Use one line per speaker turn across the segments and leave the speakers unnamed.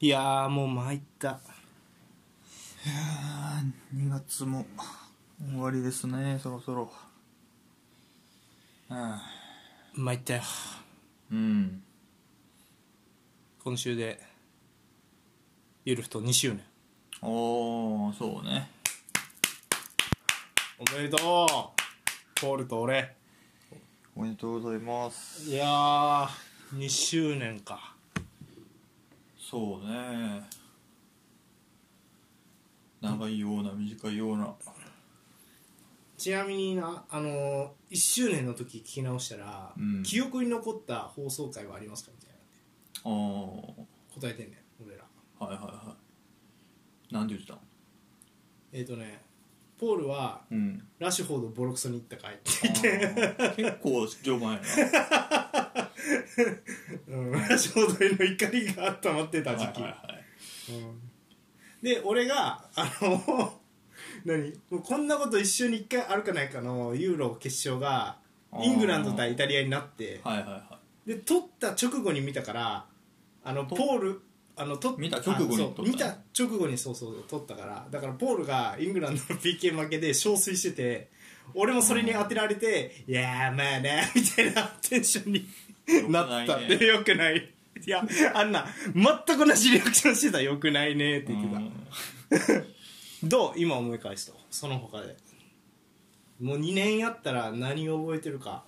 いやーもう参った
あー2月も終わりですねそろそろあ
参ったよ
ーうん
今週でゆるふと2周年
おおそうね
おめでとうポールと俺
おめでとうございます
いやー2周年か
そうね長いような短いような
ちなみになあのー、1周年の時聞き直したら、
うん
記憶に残った放送回はありますかみたいな
あー
答えてんねん俺ら
はいはいはいなんて言ってた
えっ、ー、とねポールは
うん
ラッシュフォードボロクソに行った回って
あー結構序盤や な
うんラッシュフォードへの怒りが溜まってた時期、
はいはいはい
うんで俺があの 何もうこんなこと一緒に一回あるかないかのユーロ決勝が
あー
イングランド対イタリアになって
はいはいはい
で取った直後に見たからあのポールあの取っ
見た直後に
あそう
撮った
見た直後にそうそう取ったからだからポールがイングランドの PK 負けで憔悴してて俺もそれに当てられて「いやーまあね」みたいなテンションになった
よくないね
でよくないいやあんな全く同じリアクションしてたよくないねって言ってた、
うん
どう今思い返すとその他でもう2年やったら何を覚えてるか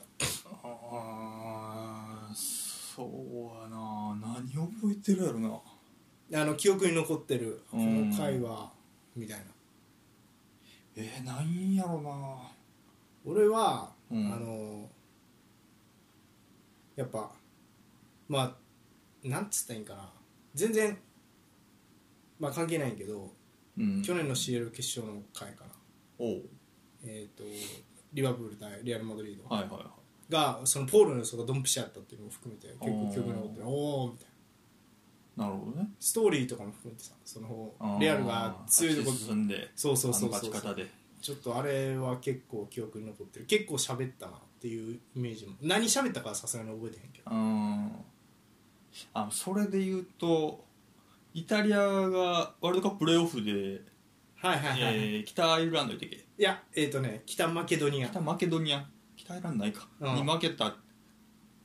あーそうやな何覚えてるやろな
あの記憶に残ってるこ
うん
の会話みたいな
えー、なんやろな
俺は、
うん
あのやっぱまあなんつったらいいんかな全然まあ関係ないんやけど、
うん
去年の CL 決勝の回かな
おう
えっ、とリバプール対リアル・マドリード
はいはいはい
がそのポールの予想がドンピシャだったっていうのも含めて結構記憶に残ってる
お
おおみたいな
なるほどね
ストーリーとかも含めてさその
あー
レアルが強いとこ
勝ち進んで
そうそうそう
あの
そう
勝ち方で
ちょっとあれは結構記憶に残ってる結構喋ったなっていうイメージも何喋ったかはさすがに覚えてへんけど
うんあそれで言うとイタリアがワールドカッププレーオフで、
はいはいはい、い
えー北アイルランドやったっけ
やえっ、とね北マケドニア
北マケドニア北アイルランドないか、
うん
に負けた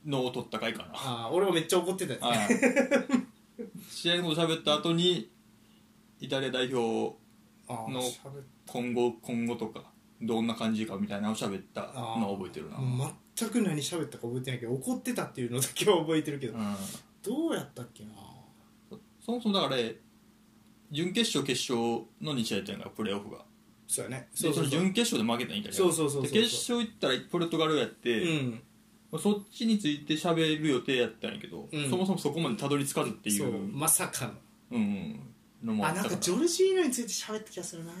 のを取った回かな
あー俺はめっちゃ怒ってたやつ、ね
はい試合のこと喋った後にイタリア代表
あー
の
喋っ
今後今後とかどんな感じかみたいなのを喋ったのを覚えてるな、
たもう全く何喋ったか覚えてないけど怒ってたっていうのだけは覚えてるけど、
うん
どうやったっけな
そもそもだからあれ準決勝決勝の2試合やったんやからプレーオフが
そうやね
でその準決勝で負けたんやイタリアが
そうそうそうそう
で決勝行ったらポルトガルやって、
うん
まあそっちについて喋る予定やったんやけど、
うん
そもそもそこまでたどり着かずっていう
そう
う、
まさかの
うん、のもあ
あ
った
なん
から
かジョルジーニョについて喋った気がするな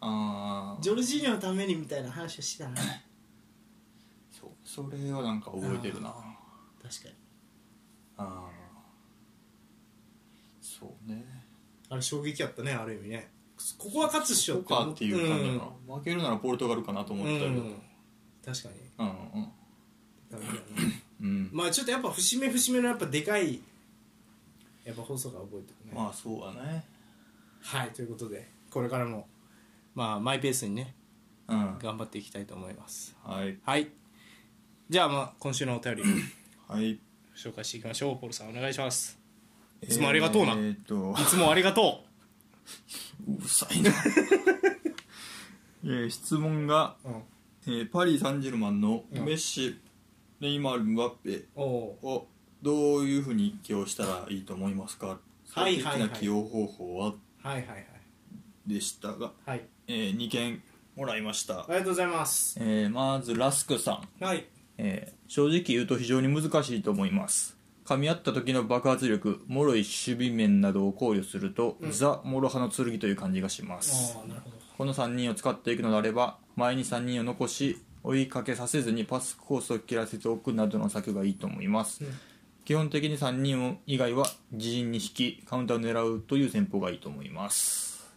あー
ジョルジーニョのためにみたいな話をしてたな
そうそれはなんか覚えてるな
確かに
ああそうね
あれ衝撃やったねある意味ねここは勝つっしょ
そうかっていう感じだ
だ
な、負けるならポルトガルかなと思っ
う
て
ん
たけどうん
うん確かに
うん
ダメだな
うん
まあちょっとやっぱ節目節目のやっぱでかいやっぱ放送が覚えてるね、
まあそうだね
はいということでこれからもまあマイペースにね
うん
頑張っていきたいと思います
はい
はいじゃあまあ今週のお便 り
はい
紹介していきましょうポールさんお願いしますいつもありがとうな
えーっと
いつもありがと
うるさいな えー質問が、
う、うん、
えーパリ・サンジェルマンのメッシ、ネイマール・ムバッペ
おお
をどういうふうに起用したらいいと思いますか
はいはいはい
最適な起用方法は
ーはいはいはい
でしたが、
はい
え2件もらいました
ありがとうございます
えーまずラスクさん、
はい
えー正直言うと非常に難しいと思います噛み合った時の爆発力もろい守備面などを考慮すると、ザ・もろ刃の剣という感じがします
ああなるほど
この3人を使っていくのであれば前に3人を残し追いかけさせずにパスコースを切らせておくなどの策がいいと思います、
うん
基本的に3人を以外は自陣に引きカウンターを狙うという戦法がいいと思います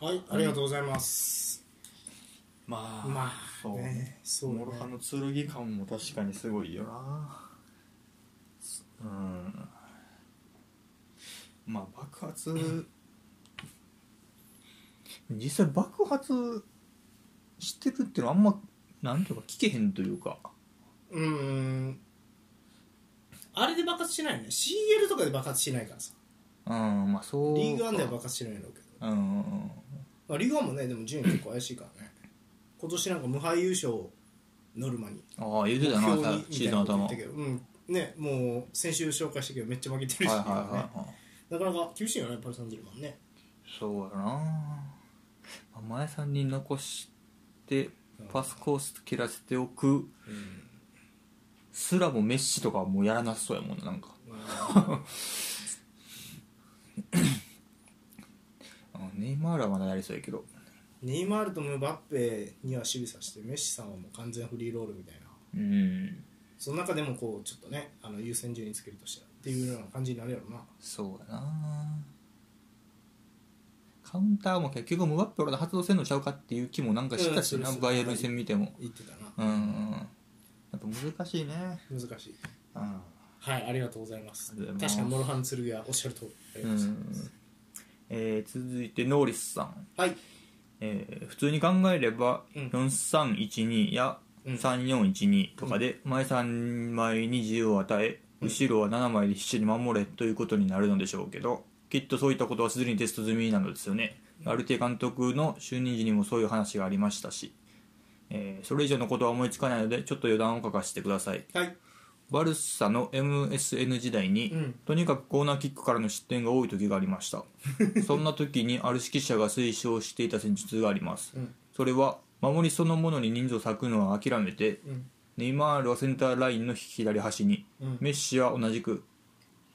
はい、ありがとうございます。
まあ
まあ、
そう
ね、そうね
モロハの剣感も確かにすごいよなうんまあ爆発実際爆発してるっていうのはあんまなんていうか聞けへんというか
うーんあれで爆発しないよね CL とかで爆発しないからさ
うんまあそう
リーグワンでは爆発しないんだろうけど、
うんうんうん
まあ、リーグワンもねでも順位結構怪しいからね今年なんか無敗優勝をノルマに
ああ言うてた
目
な
標に
シーズ
みたいな
ン
こと言
頭
っ
は
て
い
たけどうんねもう先週紹介したけどめっちゃ負けてるし、
はい
ね
はいはい
なかなか厳しいよねパルサンジェルマンね
そうやなまあ前3人残してパスコース蹴らせておくすらもメッシとかはもうやらなさそうやもんななんか うんネイマールはまだやりそうやけど
ネイマールとムバッペには守備させてメッシさんはもう完全フリーロールみたいな
うん
その中でもこうちょっとねあの優先順位につけるとしたらっていうような感じになるやろな
そうやなカウンターも結局ムバッペ俺ら発動せんのちゃうかっていう気もなんかしたしな、
うん
バイエルン戦見ても
言ってたな
うんうんやっぱ難しいね
難しい
うん
はいありがとうございます
ありがとうござい
確
ます
かにモロハン剣はおっしゃる通りあり
う
がとうござい
ん
ます、
えー続いてノーリスさん
はい
えー普通に考えれば
うん
4312や
うん
3412とかで前3枚に自由を与え後ろは7枚で必死に守れということになるのでしょうけどきっとそういったことはすでにテスト済みなのですよねアルティ監督の就任時にもそういう話がありましたし、えーそれ以上のことは思いつかないのでちょっと余談を書かせてください
はい
バルサの MSN 時代に、
うん
とにかくコーナーキックからの失点が多い時があり ましたそんな時にある指揮者が推奨していた戦術があります、
うん
それは守りそのものに人数を割くのは諦めて、
うん
ネイマールはセンターラインの左端に、
うん
メッシは同じく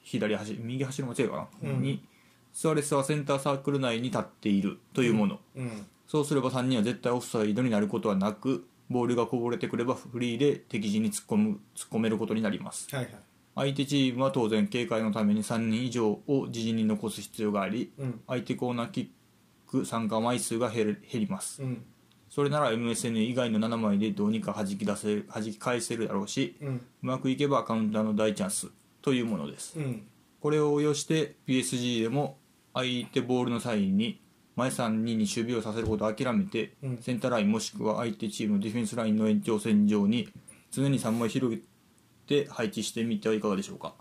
左端右端の間違いかな、
うん
にスアレスはセンターサークル内に立っているというもの、
うん
そうすれば3人は絶対オフサイドになることはなくボールがこぼれてくればフリーで敵陣に突っ込む突っ込めることになります
はいはい
相手チームは当然警戒のために3人以上を自陣に残す必要があり
うん
相手コーナーキック参加枚数が減る減ります
うん
それなら MSN 以外の7枚でどうにか弾き出せる弾き返せるだろうし
うん
うまくいけばカウンターの大チャンスというものです
うん
これを応用して PSG でも相手ボールの際に前3人に守備をさせることを諦めて、
うん
センターラインもしくは相手チームのディフェンスラインの延長線上に常に3枚広げて配置してみてはいかがでしょうか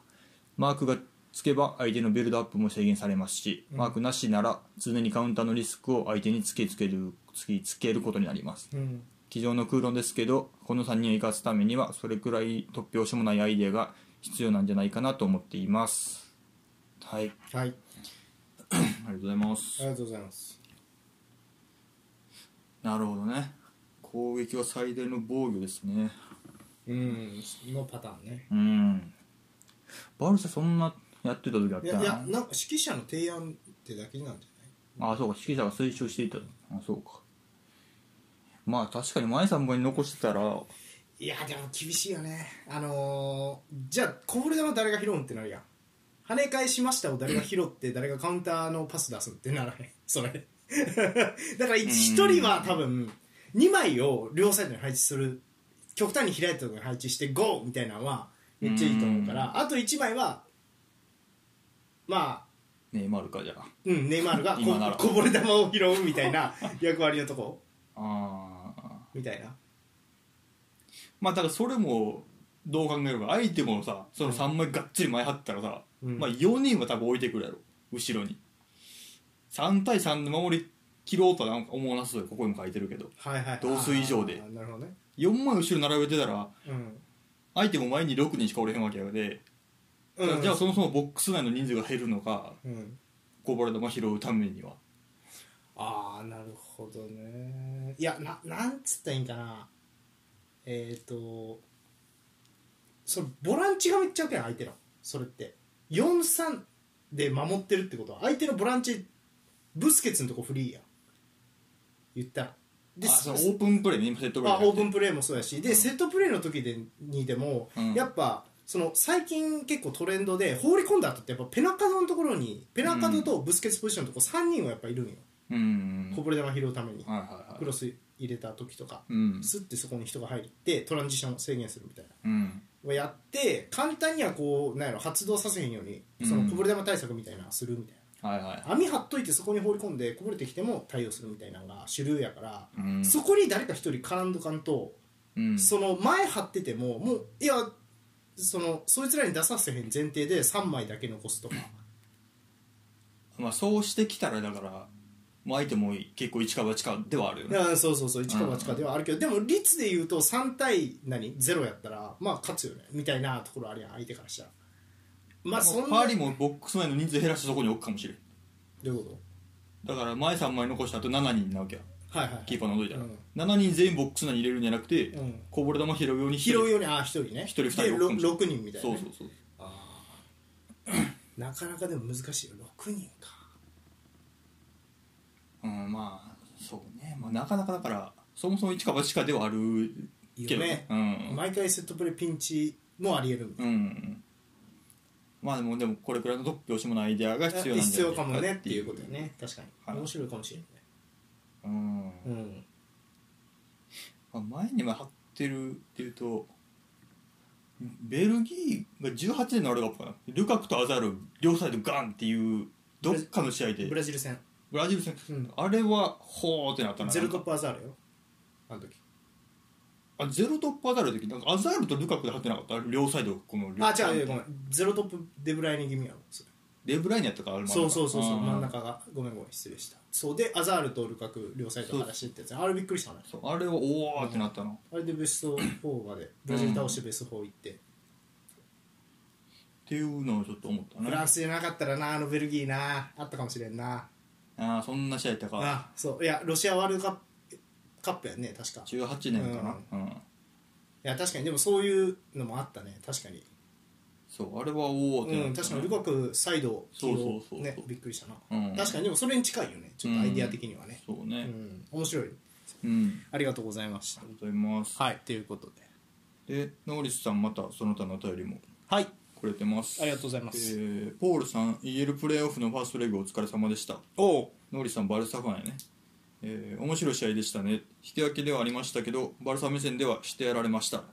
マークがつけば相手のビルドアップも制限されますし、マークなしなら常にカウンターのリスクを相手に突きつける突きつけることになります
うん
机上の空論ですけどこの3人を生かすためにはそれくらい突拍子もないアイデアが必要なんじゃないかなと思っていますはい
はい
ありがとうございま
あ
す
りがとうございます
なるほどね攻撃は最大の防御ですね
うんのパターンね
うんバルサそんなやってた時あっ
い
た
やいや
な
なんか指揮者の提案ってだけなんじゃない
ああそうか指揮者が推奨していたあそうかまあ確かに前3本に残してたら
いやでも厳しいよねあのーじゃあこぼれ球誰が拾うんってなるやん跳ね返しましたを誰が拾って誰がカウンターのパス出すんってならへんそれ だから1人は多分2枚を両サイドに配置する極端に開いたところに配置してゴーみたいなのはめっちゃいいと思うからあと1枚はまあ
ネイマールかじゃあ
うんネイマールがこ
今なら
こぼれ球を拾うみたいな役割のとこ
ああ
みたいな
まあだからそれもどう考えるか相手もさその3枚がっつり前張ったらさ、
うん
まあ4人は多分置いてくるやろ後ろに3対3で守り切ろうとはなんか思わなそうよここにも書いてるけど
はいはい
同数以上で
あーなるほどね
4枚後ろ並べてたら
うん
相手も前に6人しかおれへんわけやで、
うん
じゃあそもそもボックス内の人数が減るのか
うん、
こぼれ球拾うためには
ああなるほどねいやななんつったらいいんかなえっ、ー、とそれボランチがめっちゃうけん相手のそれって4-3で守ってるってことは相手のボランチブスケツのとこフリーやん言ったら
あ
で
そのオープンプレーね今セットプレー
あ
じゃな
オー
くて
プンプレーもそうやしで、
うん
セットプレーの時でにでも、
うん
やっぱその最近結構トレンドで放り込んだ後ってやっぱペナカドのところにペナカドとブスケツポジションのとこ3人はやっぱいるんよ、
うん
こぼれ球拾うために
はいはい
ク
はい
ロス入れた時とか
うん
スッてそこに人が入ってトランジションを制限するみたいな
うん
をやって簡単にはこうなんやろ発動させへんように
うん
そのこぼれ球対策みたいなのするみたい
はいはい
な、網張っといてそこに放り込んでこぼれてきても対応するみたいなのが主流やから、
うん
そこに誰か一人絡んどかんと、
うん、
その前張っててももういやそのそいつらに出させへん前提で3枚だけ残すとか
まあ、そうしてきたらだから、まあ、相手も結構一か八かではあるよね、
あそうそうそう1か8かではあるけど、でも率で言うと3対何0やったらまあ勝つよねみたいなところあるやん相手からしたらまあ
まあ
そん
パ
な
ーリーもボックス内の人数減らしてそこに置くかもしれん
どういうこ
だから前3枚残した後7人なわけや
とはいはいはい
キーパー除いたら、
うん
7人全員ボックス内に入れるんじゃなくて、
うん
こぼれ球拾うように
拾う
よ
ようにああ1人ね
一人二人
でろ
六人
6人みたいな
そ
ね、
うそうそう
なかなかでも難しいよ6人か
うんまあそうね、まあ、なかなかだからそもそも一か八かではある
いい
け
よ
ど
ね
うん、
毎回セットプレーピンチもありえるみたいな
うんまあでもでもこれくらいの突拍子もないアイデアが必要なんじゃない
かもねっていうことよね確かに、
はい
面白いかもしれない
うん、
うん
まあ、前にも張ってるっていうとベルギーが18年のワールドカップかなルカクとアザール両サイドガンっていうどっかの試合で
ブラジル戦
ブラジル戦、
うん
あれはほーってなったな
ゼロトッ
なんか
プアザールよあの時
あゼロトップアザールの時なんかアザールとルカクで張ってなかった両サイドこの両
あ違う違うごめんゼロトップデブライネ気味やろそれ
デブライネやったからあれ
そうそうそうそう真ん
中
中がごめんごめん失礼したそうでアザールとルカク両サイドから走ってやつあれびっくりしたね
そうあれはおーってなったの、
あれでベスト4までブラジル倒してベスト4行って、
っていうのをちょっと思った
フラ
ね
ンスじゃなかったらなあのベルギーなあったかもしれんな
ああそんな試合やったか
あそういやロシアワールドカップカップやんね確かい
18年かなうん、
や確かにでもそういうのもあったね確かに
そうあれはおおって
う
なったね
ん、確かにルカクサイド起用
そうそうそうそう
ねびっくりしたな、
うん
確かにでもそれに近いよねちょっとアイディア的にはね、
そう
うん
ね
面白い
うん、
ありがとうございました
ありがとうございます
はいということで
でノーリスさんまたその他のお便りも
はい
くれてます
ありがとうございます、
えーポールさん EL プレーオフのファーストレグお疲れ様でした
おう
ノーリスさんバルサファンやね、えー面白い試合でしたね引き分けではありましたけどバルサ目線ではしてやられました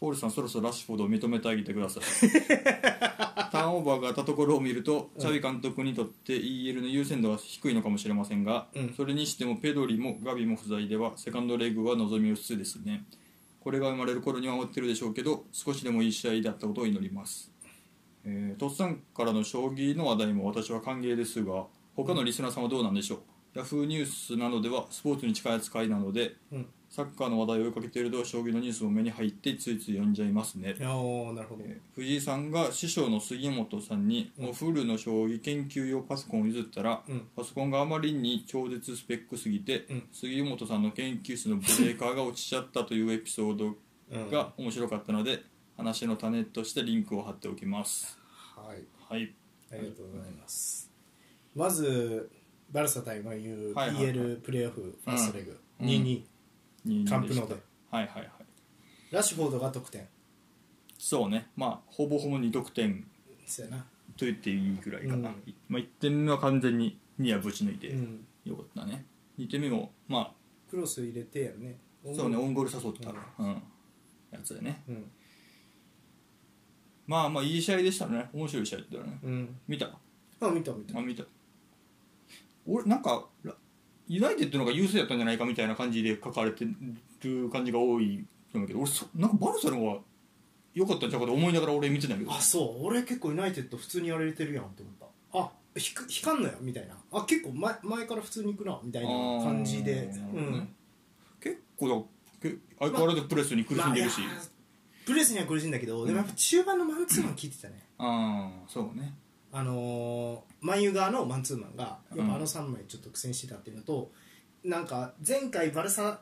ポールさんそろそろラッシュフォードを認めてあげてください ターンオーバーがあったところを見るとチャビ監督にとって EL の優先度は低いのかもしれませんが、
うん
それにしてもペドリもガビも不在ではセカンドレグは望み薄ですねこれが生まれる頃には終わってるでしょうけど少しでもいい試合だったことを祈りますえーとっさんからの将棋の話題も私は歓迎ですが他のリスナーさんはどうなんでしょう、ヤフーニュースなどではスポーツに近い扱いなので
うん、
サッカーの話題を追いかけていると将棋のニュースも目に入ってついつい読んじゃいますね、
おーなるほど、
えー藤井さんが師匠の杉本さんに
うん
おフルの将棋研究用パソコンを譲ったら、
うん
パソコンがあまりに超絶スペックすぎて、
うん
杉本さんの研究室のブレーカーが落ちちゃったというエピソード
うん
が面白かったので、話の種としてリンクを貼っておきます
はい
はい
ありがとうございます、まずバルサ対マンユー、
はいはいはい
EL プレーオフファーストレグ、
うん
2 2
に
カンプノーで
はいはいはい
ラッシュフォードが得点
そうねまあほぼほぼ2得点
そうやな、
と言っていいぐらいかな、
うん
まあ、1点目は完全にニアぶち抜いて
うん、
よかったね2点目もま
クロス入れてやるね
あそうねオウンゴール誘った、うんやつだね
うん
まあまあいい試合でしたね面白い試合だったよね
うん
見た
あ見た見た
あ見た俺なんかラユナイテッドの方が優勢やったんじゃないかみたいな感じで書かれてる感じが多いと思うけど俺そなんかバルサの方が良かったんちゃうかと思いながら俺見てたけど
あそう俺結構ユナイテッド普通にやられてるやんって思ったあひく引かんのやみたいなあ結構前前から普通に行くなみたいな感じで
あー
う
なるほどね
ん
結構だけ相変わらずプレスに苦しんでるし、
まあいやプレスには苦しいんだけど、でもやっぱ中盤のマンツーマン聞いてたね
あ、あそうね
あのー、マンユ側のマンツーマンがやっ
うん
ぱあの3枚ちょっと苦戦してたっていうのと、なんか前回バルサ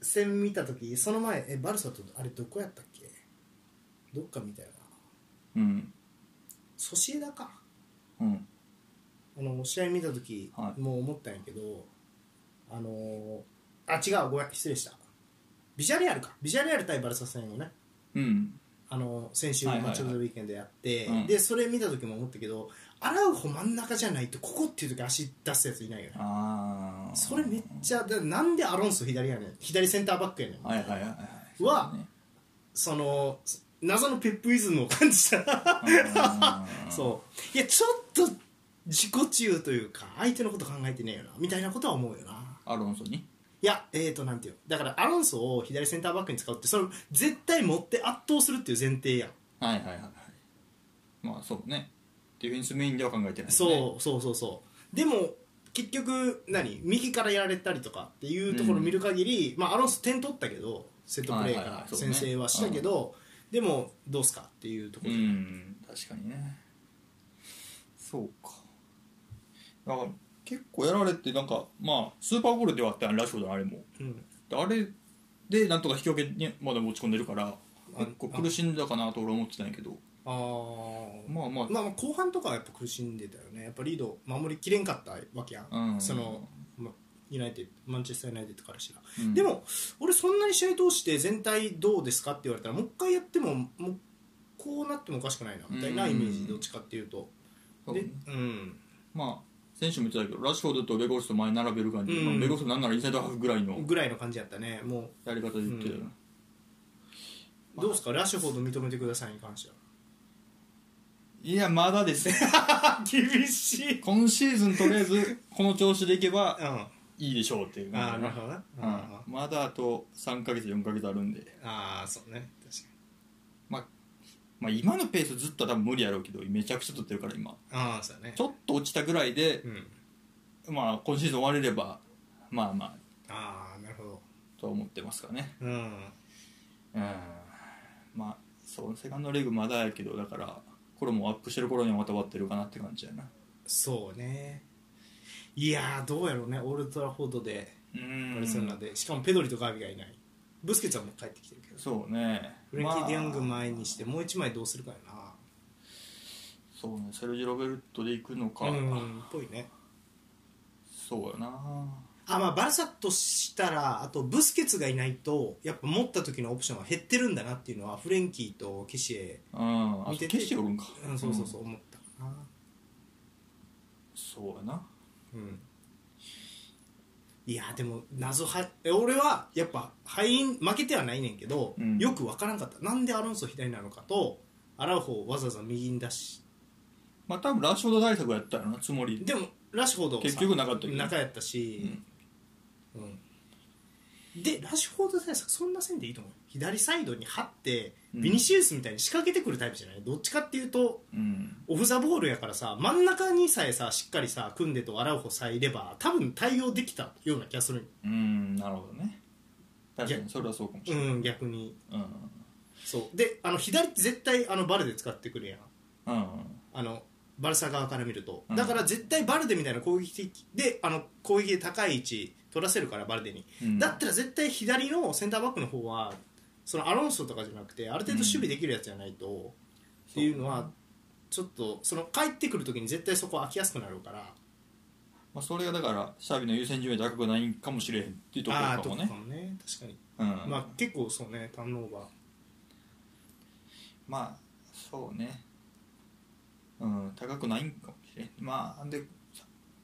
戦見た時その前えバルサとあれどこやったっけどっかみたいな
うん
ソシエダか
うん
あの試合見た時、
はい
もう思ったんやけどあのー、あ違うごめん失礼したビジャレアルかビジャレアル対バルサ戦をね
うん
あの先週
はい
マ
は
ッ
いはい
チョ・オブザウィーケンでやって、
うん
でそれ見た時も思ったけどアラウホ真ん中じゃないとここっていう時足出すやついないよね
ああ
それめっちゃだなんでアロンソ左やねん左センターバックやねん、
はいはいはいはい
は
そうね
そのそ謎のペップイズムを感じた
あー
そういやちょっと自己中というか相手のこと考えてねえよなみたいなことは思うよな
アロンソに
いやえー、となんていうのだからアロンソを左センターバックに使うってそれ絶対持って圧倒するっていう前提やん
はいはいはいはいまあそうねディフェンスメインでは考えてない、ね、
そうそうそうそうでも結局何右からやられたりとかっていうところを見る限り、まあアロンソ点取ったけどセットプレーか
はいはいは
ら
いそうね
先制はしたけど、でもどうすかっていうとこ
う
ろ、
ん確かにねそうかだから結構やられてなんかまあスーパーゴールではあったやんラッシュフォードのあれも
うん
であれでなんとか引き分けにまだ持ち込んでるから
あ
結構苦しんだかなと俺は思ってたんやけど
あー
まあまあ、
まあ、まあ後半とかはやっぱ苦しんでたよねやっぱリード守りきれんかったわけやん、
うん
そのまユナイテッドマンチェスター・ユナイテッドからしたら、
うん
でも俺そんなに試合通して全体どうですかって言われたらもう一回やってももうこうなってもおかしくないなみたいなイメージどっちかっていうと、
そう
で
ね
うん
まあ選手も言ってたけどラッシュフォードとベゴスと前に並べる感じ、
うん
まあ、ベゴスとなんならインサイドハーフぐらいの
ぐらいの感じやったねも
やり方で言ってたよ、
うんうどうですかラッシュフォード認めてくださいに関してはい
やまだですね
厳しい
今シーズンとりあえずこの調子でいけば
うんあ
いいでしょうっていう感じ
あなるほどな、
うん
あ
まだあと3か月4か月あるんで、
あーそうね確かに
まあ、今のペースずっとは多分無理やろうけどめちゃくちゃ取ってるから今
ああそうだね
ちょっと落ちたぐらいで、
うん
まあ今シーズン終われればまあまあ
ああなるほど
とは思ってますからね
うん
うんまあそうセカンドレグまだやけどだからこれもうアップしてる頃にはまた終わってるかなって感じやな
そうねいやーどうやろうねオールトラフォードで
うん
バルセロナで、しかもペドリとガビがいないブスケツはもう帰ってきてるけど
そうね
フレンキー・ディアング
まあ
前にしてもう一枚どうするかよな
そうねセルジ・ロベルトで行くのか、
うんぽいね
そうやな
あまあバルサとしたらあとブスケツがいないとやっぱ持った時のオプションは減ってるんだなっていうのはフレンキーとケシエ、
うんあ
見てて
決しておるんか、
うん、そうそうそう思ったかな
そうやな
うんいやでも謎はえ俺はやっぱ敗因負けてはないねんけど、
うん
よく分からんかったなんでアロンソ左なのかとアラウホをわざわざ右に出し
まあ多分ラッシュフォード対策やったよなつもり
でもラッシュフォードさ
結局なかったけど
中やったし、うんでラッシュフォード対策そんな線でいいと思う左サイドに張って
うん
ビニシウスみたいに仕掛けてくるタイプじゃないどっちかっていうと
うん
オフ・ザ・ボールやからさ真ん中にさえさしっかりさ組んでとアラウホさえいれば多分対応できたような気がするんよ
うんなるほどね確かにそれはそうかもし
う
れない、
ん逆に
うん
そうであの左って絶対あのバルで使ってくるやん
うん
あのバルサ側から見ると、
うん
だから絶対バルデみたいな攻撃的であの攻撃で高い位置取らせるからバルデに、
うん
だったら絶対左のセンターバックの方はそのアロンソとかじゃなくてある程度守備できるやつじゃないと、っていうのはちょっとその帰ってくる時に絶対そこ空きやすくなるから
まあ、それがだからシャビの優先順位高くないんかもしれへんっていうとこ
ああ
ろ
ーと
かも
か
ね
もね確かに、
うん
まあ結構そうねターンオーバー
まあそうねうん高くないんかもしれんまあで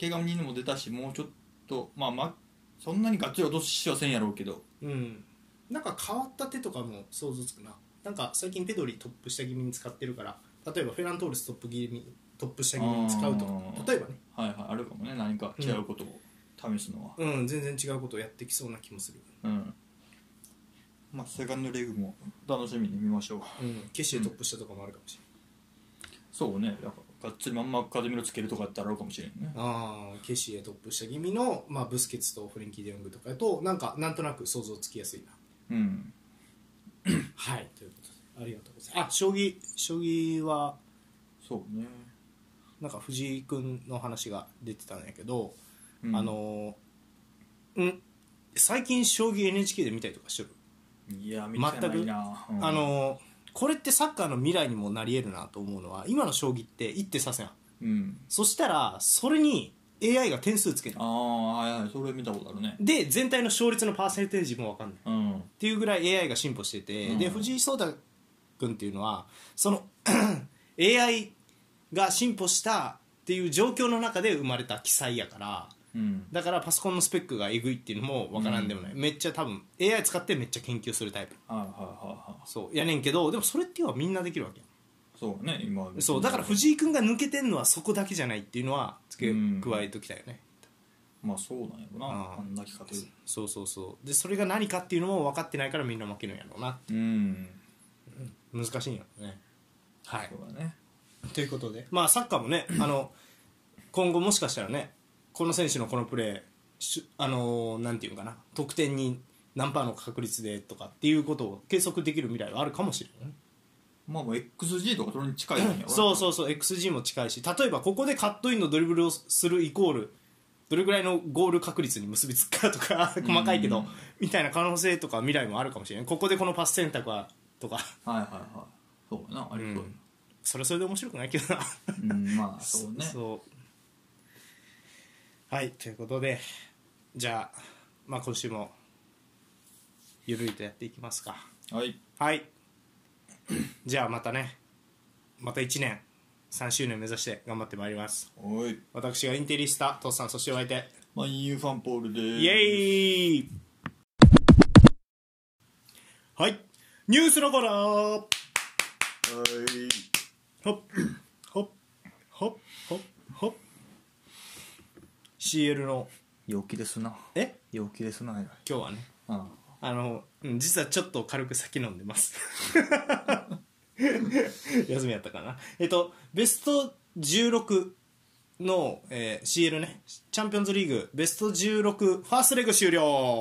怪我人も出たしもうちょっとまあまそんなにがっつり落としはせんやろうけど
うん、なんか変わった手とかも想像つくななんか最近ペドリトップ下気味に使ってるから例えばフェラントールストップ気味トップ下気味に使うとか
あー
例えばね
はいはいあるかもね何か違うことを試すのは
うん全然違うことをやってきそうな気もする、
うん、まあセカンドレグも楽しみに見ましょう
うん、決してトップ下とかもあるかもし
そうねだからがっつりまんまカゼミロつけるとかってあるかもしれんね
れない、ああケシエトップ下気味の、まあ、ブスケツとフレンキー・デヨングとかやとなんかなんとなく想像つきやすいな
うん
はいということでありがとうございますあ将棋将棋は
そうね
なんか藤井君の話が出てたんやけど、
うん
あのーうん最近将棋 NHK で見たりとかしてる、
いや見てないな、うん
あのーこれってサッカーの未来にもなり得るなと思うのは今の将棋って一手指せん
うん
そしたらそれに AI が点数つける
ああはいはいそれ見たことあるね
で全体の勝率のパーセンテージも分かんないっ
うん
ていうぐらい AI が進歩してて、
うん
で藤井聡太君っていうのはその AI が進歩したっていう状況の中で生まれた奇才やから
うん
だからパソコンのスペックがえぐいっていうのもわからんでもない、めっちゃ多分 AI 使ってめっちゃ研究するタイプ
はいはいはいは
そうやねんけどでもそれっていうのはみんなできるわけやん
いそうね今
そうだから藤井君が抜けてんのはそこだけじゃないっていうのは付け
うん
加えときたいよね、
まあそうなんやろな
ああ
あんな企画
そうそうそうでそれが何かっていうのも分かってないからみんな負けるんやろうな
うん
難しいんやろうねはい
そうだね
ということでまあサッカーもねあの今後もしかしたらねこの選手のこのプレーしあのなんていうのかな得点に何パーの確率でとかっていうことを計測できる未来はあるかもしれないね
まあもう XG とかそれに近いんやろな
そうそうそう XG も近いし例えばここでカットインのドリブルをするイコールどれぐらいのゴール確率に結びつくかとか細かいけどみたいな可能性とか未来もあるかもしれないここでこのパス選択はとか
はいはいはいそうやなありそうや
それはそれで面白くないけどな
なうんまあそうね
そうはいということでじゃあ,、まあ今週もゆるいとやっていきますか
はい
はい じゃあまたねまた1年3周年目指して頑張ってまいります
おい
私がインテリスタ、トッさん、そしてお相手、
まあ EU ファンポールでーす
イエーイはい、ニュースのコーナー
はい
ほっ、ほっ、ほっ、ほっ、ほっ。CL の、
陽気ですな
え
陽気ですな偉い
今日はね、
あ
あの、うん実はちょっと軽く酒飲んでます。 休みやったかな。えっと、ベスト16の、えー CL ね、チャンピオンズリーグベスト16ファーストレグ終了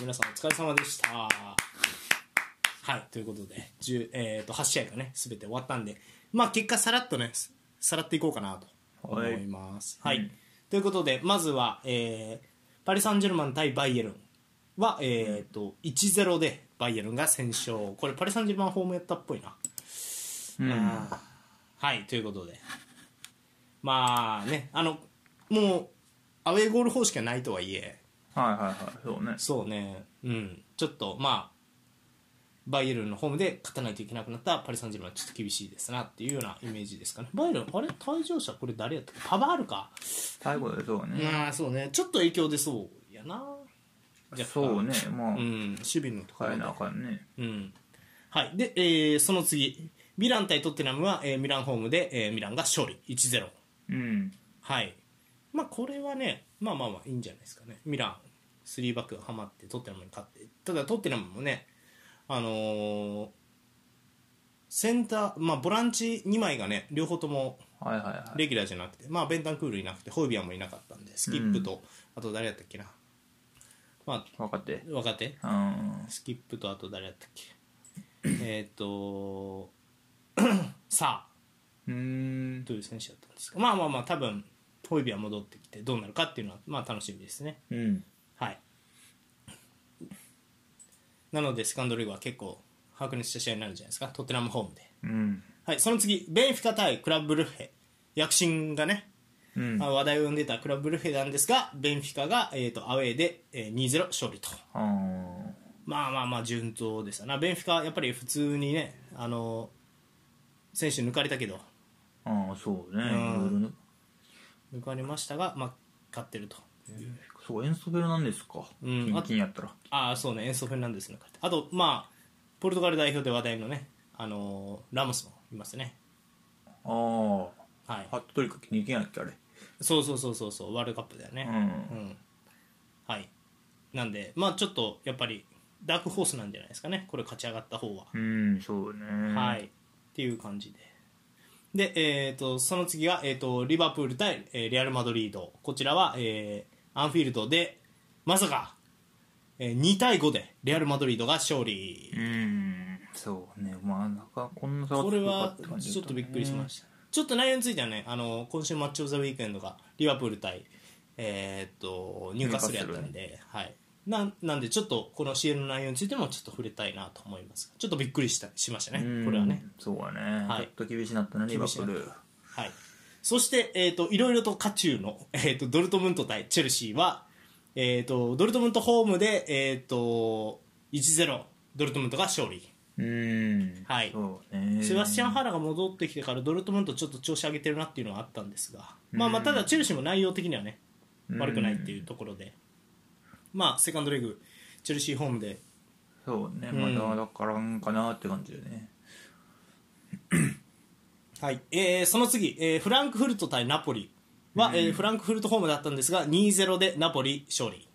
皆さんお疲れ様でした。はい、ということで、10えー、と8試合がね、すべて終わったんで、まあ結果さらっとね、さらっていこうかなと思
はい
います。はい。
うん
ということで、まずは、えーパリ・サンジェルマン対バイエルンは、えー、と1-0でバイエルンが先勝。これパリ・サンジェルマンホームやったっぽいな。
ーうん
はいということでまあねあのもうアウェーゴール方式はないとはいえ
はいはいはいそうね
そうねうんちょっとまあバイエルンのホームで勝たないといけなくなったパリ・サンジェルマンはちょっと厳しいですなっていうようなイメージですかねバイエルンあれ退場者これ誰やったっけパバールか
最後でそうね
まあそうねちょっと影響出そうやなじゃあ
そうねまあ
うん守備のところ
変
で
えなあかんね
うんはい、で、えーその次ミラン対トッテナムは、えーミランホームで、えーミランが勝利1-0
うん
はいまあこれはねまあまあまあいいんじゃないですかねミラン3バックがはまってトッテナムに勝ってただトッテナムもねあのーセンター、まあ、ボランチ2枚がね両方とも
はいはいはい
レギュラーじゃなくて、まあ、ベンタンクールいなくてホイビアンもいなかったんでスキップと、あと誰やったっけなまあ
分かって
若手
うん
スキップとあと誰やったっけえっと さあ
うーん
という選手だったんですがまあまあまあ多分ホイビは戻ってきてどうなるかっていうのはまあ楽しみですね
うん
はいなのでセカンドリーグは結構白熱した試合になるんじゃないですかトッテナムホームで
うん
はいその次ベンフィカ対クラブブルッヘ躍進がね、
うん
あ話題を呼んでたクラブブルッヘなんですがベンフィカが、えー、とアウェーで、えー2-0勝利と
あー
まあまあまあ順当でしたなベンフィカやっぱり普通にねあの選手抜かれたけど
ああそうねい
ん
ろいろね
抜かれましたが、まあ、勝ってると
そうエンソベルなんですか
ん
キンキンやったら
ああそうねエンソ・フェルナンデス抜かれてあとまあポルトガル代表で話題のねあのラモスもいますね
ああ
はい
ハットトリック2件やっけあれ
そうそうそうそうそうワールドカップだよ
う
ねうんん、はいなんでまあちょっとやっぱりダークホースなんじゃないですかねこれ勝ち上がった方は
うんそうね
はい、っていう感じで。で、えー、とその次が、えー、とリバプール対、えーレアル・マドリードこちらは、えーアンフィールドでまさか、えー2対5でレアル・マドリードが勝利
うんそうねまあなんかこんな差が
こ
つ
れ
くか
は
って感じ
ちょっとびっくりしま
し
した、ちょっと内容についてはねあの今週マッチ・オブ・ザ・ウィークエンドがリバプール対、えー、と入荷するやったんで、はい、なんなんでちょっとこの CL の内容についてもちょっと触れたいなと思いますちょっとびっくりしたしましたねこれはね
そうやね
はい
ちょっと厳しいなったねリバプール
はい、そして、えー、といろいろと渦中の、 えー、とドルトムント対チェルシーは、えー、とドルトムントホームで、えー、と1-0ドルトムントが勝利、
うん
はい
そうね
セバスチャン・ハラが戻ってきてからドルトムントちょっと調子上げてるなっていうのはあったんですが、まあ、まあただチェルシーも内容的にはね
うん
悪くないっていうところで、まあセカンドレグチェルシーホームで
そうね
うん
まだだからんかなって感じだよね
はい、えーその次、えーフランクフルト対ナポリは、えーフランクフルトホームだったんですが2-0でナポリ勝利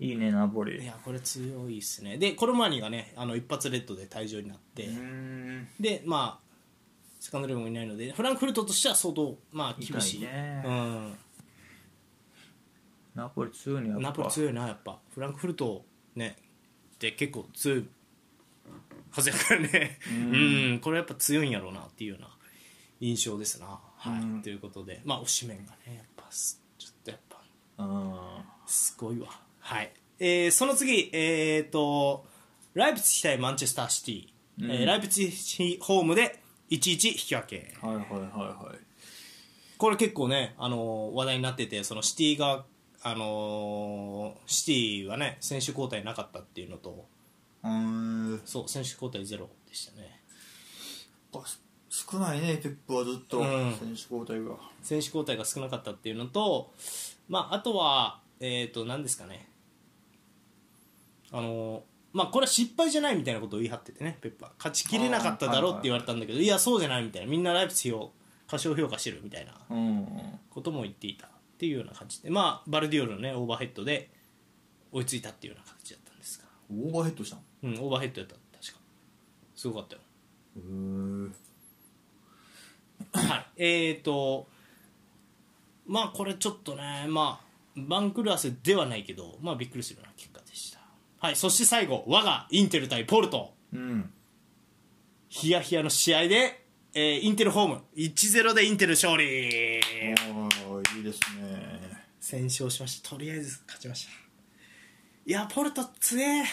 いいねナポ
い
リ
やこれ強いですねでコロマーニがねあの一発レッドで退場になって、
うん
でまあセカンドレグもいないのでフランクフルトとしては相当、まあ、厳しい
痛いね
うん、
ナポリ強いねやっぱ
ナポリ強いなやっぱフランクフルトねで結構強いはずやからねうんこれやっぱ強いんやろうなっていうような印象ですな、はい
うん
ということでまあおしめんがねやっぱすちょっとやっぱ
あ
すごいわはい、えーその次えっ、とライプツィヒ対マンチェスターシティ、えーライプツィヒホームで1-1引き分け
ーはいはいはいはい
これ結構ね、あのー話題になっててそのシティが、あのーシティはね選手交代なかったっていうのと
うーん
そう選手交代ゼロでしたね
やっぱ少ないねペップはずっと
うん
選手交代が
選手交代が少なかったっていうのと、まあ、あとは、えっと何ですかねあのーまあ、これは失敗じゃないみたいなことを言い張っててねペッパー勝ちきれなかっただろうって言われたんだけどいやそうじゃないみたいなみんなライプツィヒを過小評価してるみたいな
うん
ことも言っていたっていうような感じでまあバルディオルのねオーバーヘッドで追いついたっていうような形だったんですが、
オーバーヘッドしたの
うん、オーバーヘッドやった確かすごかったよ
うん
はいえーとまあこれちょっとねまあバンクルアスではないけどまあびっくりするような結果でしたはいそして最後我がインテル対ポルト
うん
ヒヤヒヤの試合で、えーインテルホーム1-0でインテル勝利
おーいいですね
先勝しましたとりあえず勝ちましたいやポルト強え守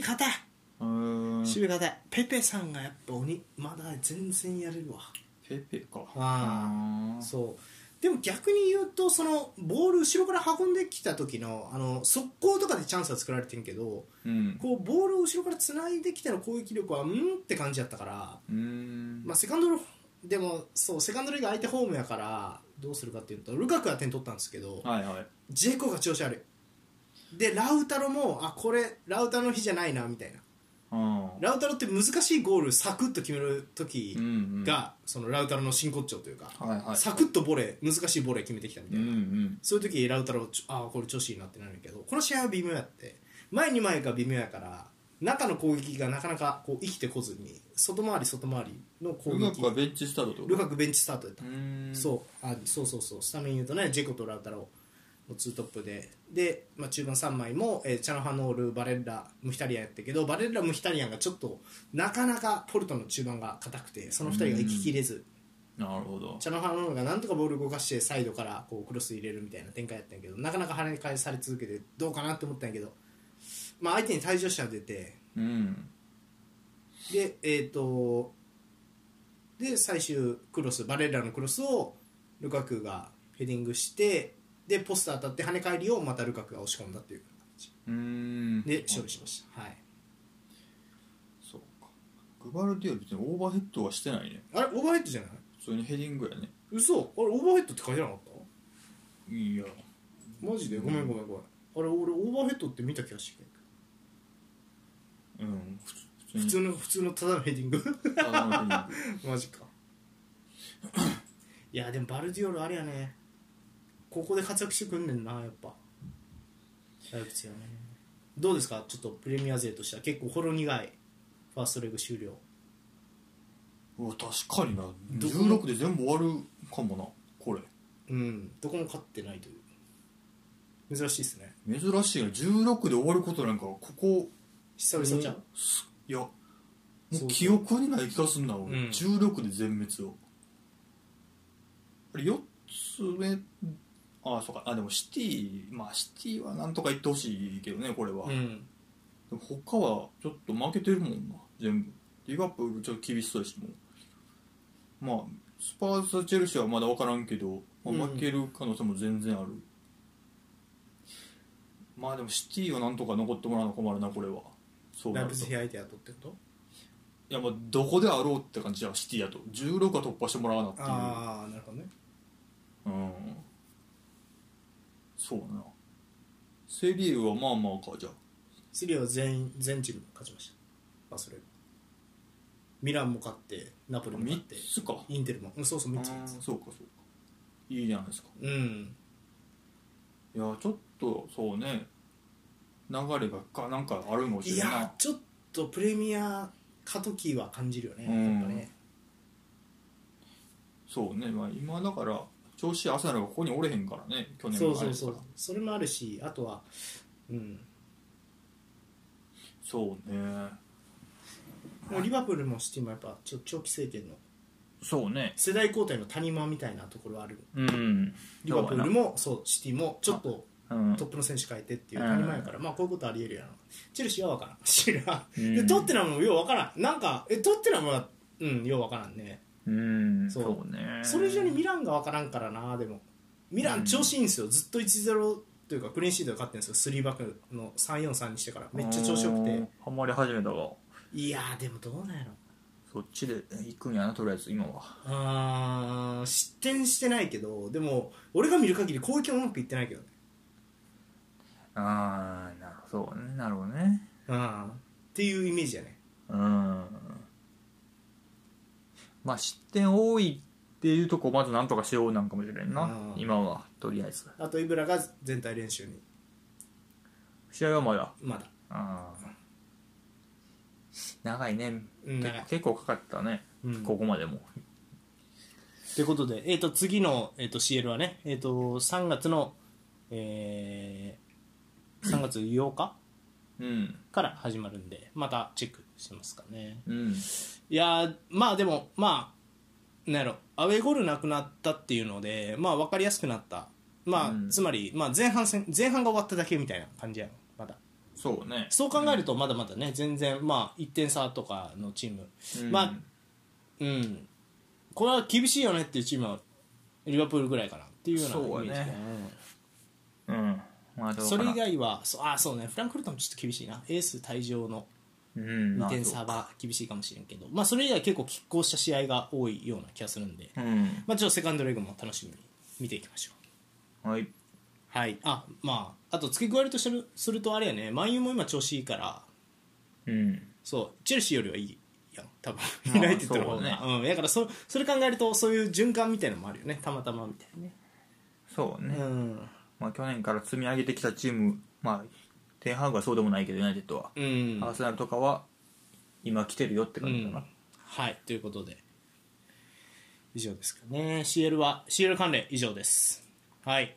備堅い
うん
守備堅いペペさんがやっぱ鬼まだ全然やれるわ
ペペか
あ
うん
そうでも逆に言うとそのボール後ろから運んできた時のあの速攻とかでチャンスは作られてんけど
うん
こうボールを後ろからつないできての攻撃力はうんって感じだったから、
うん
まあ、セカンドのでもそうセカンドリーグ相手ホームやからどうするかっていうとルカクは点取ったんですけど、
はいはい
ジェコが調子悪いでラウタロもあこれラウタロの日じゃないなみたいな
うん
ラウタロって難しいゴールサクッと決める時
うんうん
が、そのラウタロの真骨頂というか、
はいはい
サクッとボレー難しいボレー決めてきたみた
う
い
ん
な、
うん
そういう時ラウタロちょああこれ調子いいなってなるけどこの試合は微妙やって前に前が微妙やから中の攻撃がなかなかこう生きてこずに外回り外回りの攻
ルカ
撃
クはベンチスタートってこと
ルカクベンチスタートやった
うーん
そうあそうそうそうスタメン言うとねジェコとラウタロのツートップでで、まあ、中盤3枚も、えーチャノハノールバレッラムヒタリアンやったけどバレッラムヒタリアンがちょっとなかなかポルトの中盤が硬くてその2人が行ききれず
なるほど
チャノハノールがなんとかボール動かしてサイドからこうクロス入れるみたいな展開やったんやけどなかなか跳ね返され続けてどうかなって思ったんやけど、まあ、相手に退場者が出て
うん
でえっ、とで最終クロスバレッラのクロスをルカクがヘディングしてでポスト当たって跳ね返りをまたルカクが押し込んだっていう感じ
うーん
で勝利しました、はい、
そうかグバルディは別にオーバーヘッドはしてないね
あれオーバーヘッドじゃない
普通にヘディングやね
嘘あれオーバーヘッドって書いてなかった
いや
マジでごめんごめんごめんあれ俺オーバーヘッドって見た気がして
うん
普
普通に
通の普通のただのヘディング
あなるほどね
マジかいやでもバルディオルあれやねここで活躍してくんねんなやっぱライプツィヒはねどうですかちょっとプレミア勢としては結構ほろ苦いファーストレグ終了
うわ確かにな
ど
16で全部終わるかもなこれ
うんどこも勝ってないという珍しいですね
珍しいな16で終わることなんかここ
久々じゃん
すいやも
そう
う
そう
記憶にない気がすんな俺、
うん
16で全滅をあれ4つ目ああそうかあでもシティまあシティはなんとか言ってほしいけどねこれは、
う
で
ん
も他はちょっと負けてるもんな全部リバプールちょっと厳しそうやしもうまあスパーズとチェルシーはまだ分からんけど、まあ
うん
負ける可能性も全然ある、まあでもシティはなんとか残ってもらうの困るなこれはそうな
ライ
る
プツ
と
ィヒ相手やとってこと
いやまあどこであろうって感じやシティやと16は突破してもらわなっていう
ああなるほどね
うんそうなセリエはまあまあかじゃあ
セリアは全全チーム勝ちました忘れるミランも勝ってナポリも勝
3
って
つか
インテルも、うん、そうそう
あ
3
ー
つです
そうかそうかいいじゃないですか
うん
いやちょっとそうね流れがかなんかあるんかもし
い
れんない
やちょっとプレミア過渡期は感じるよね
うん
やっぱね
そうねまあ今だから調子朝ながここにおれへんからね去年
そ
も
う
あ
そ
れで
う
す
そ
から
うそれもあるしあとはうん
そうね
もうリバプールもシティもやっぱちょ長期政権の
そうね
世代交代の谷間みたいなところある
うん
リバプール
も、
もそうシティもちょっと
うん
トップの選手変えてっていう谷間やから、まあこういうことありえるやなチェルシーは分からん知ら
うん
んでトッテナムもよう分からんなんかえトッテナムはうんよう分からんね
うん
そう
そうね
それ以上にミランが分からんからなでもミラン調子いいんですよ、ずっと1-0というかクリーンシートで勝ってるんですよ3バックの3-4-3にしてからめっちゃ調子よく
あ
て
ーハマり始めたが
いやーでもどうなんやろ
そっちで行くんやなとりあえず今は
あー失点してないけどでも俺が見る限り攻撃もうまくいってないけどね
ああなるほどねなるほどね
うんっていうイメージやね
うんまあ失点多いっていうとこをまずなんとかしようなんかもしれんな
うん
今はとりあえず
あとイブラが全体練習に
試合はまだ
まだ
あー長いね
うん長い
結構かかったね、
うん
ここまでも
ということで、えー、と次の、えー、と CL はね、えー、と3月の、えー、3月8日
うん
から始まるんでまたチェックしますかね
うん
いやーまあでもまあなんやろアウェーゴールなくなったっていうのでまあ分かりやすくなったまあ、
うん
つまり、まあ、前半戦前半が終わっただけみたいな感じやろまだ
そうね
そう考えるとまだまだね全然まあ1点差とかのチーム、
うん
まあうん、これは厳しいよねっていうチームはリバプールぐらいかなっていうようなイメージ
そ
だ
うね
ね
うんまあどうかな
それ以外はそうあそうねフランクフルトもちょっと厳しいなエース退場の
うん
2点差は厳しいかもしれんけど、まあ、それ以外結構拮抗した試合が多いような気がするんで、
うん
まあ、ちょっとセカンドレグも楽しみに見ていきましょう
はい
はいあまああと付け加えるとするするとあれやねマンユーも今調子いいから
うん
そうチェルシーよりはいいやん多分
まあ
ユナイテッドの方が、
そう
うん、だからそそれ考えるとそういう循環みたいなのもあるよねたまたまみたいなね
そうね、
うん
まあ、去年から積み上げてきたチーム、まあ、テンハーグはそうでもないけどユナイテッドは、
うん
アーセナルとかは今来てるよって感じだな、
はいということで以上ですかね CL は CL 関連以上ですはい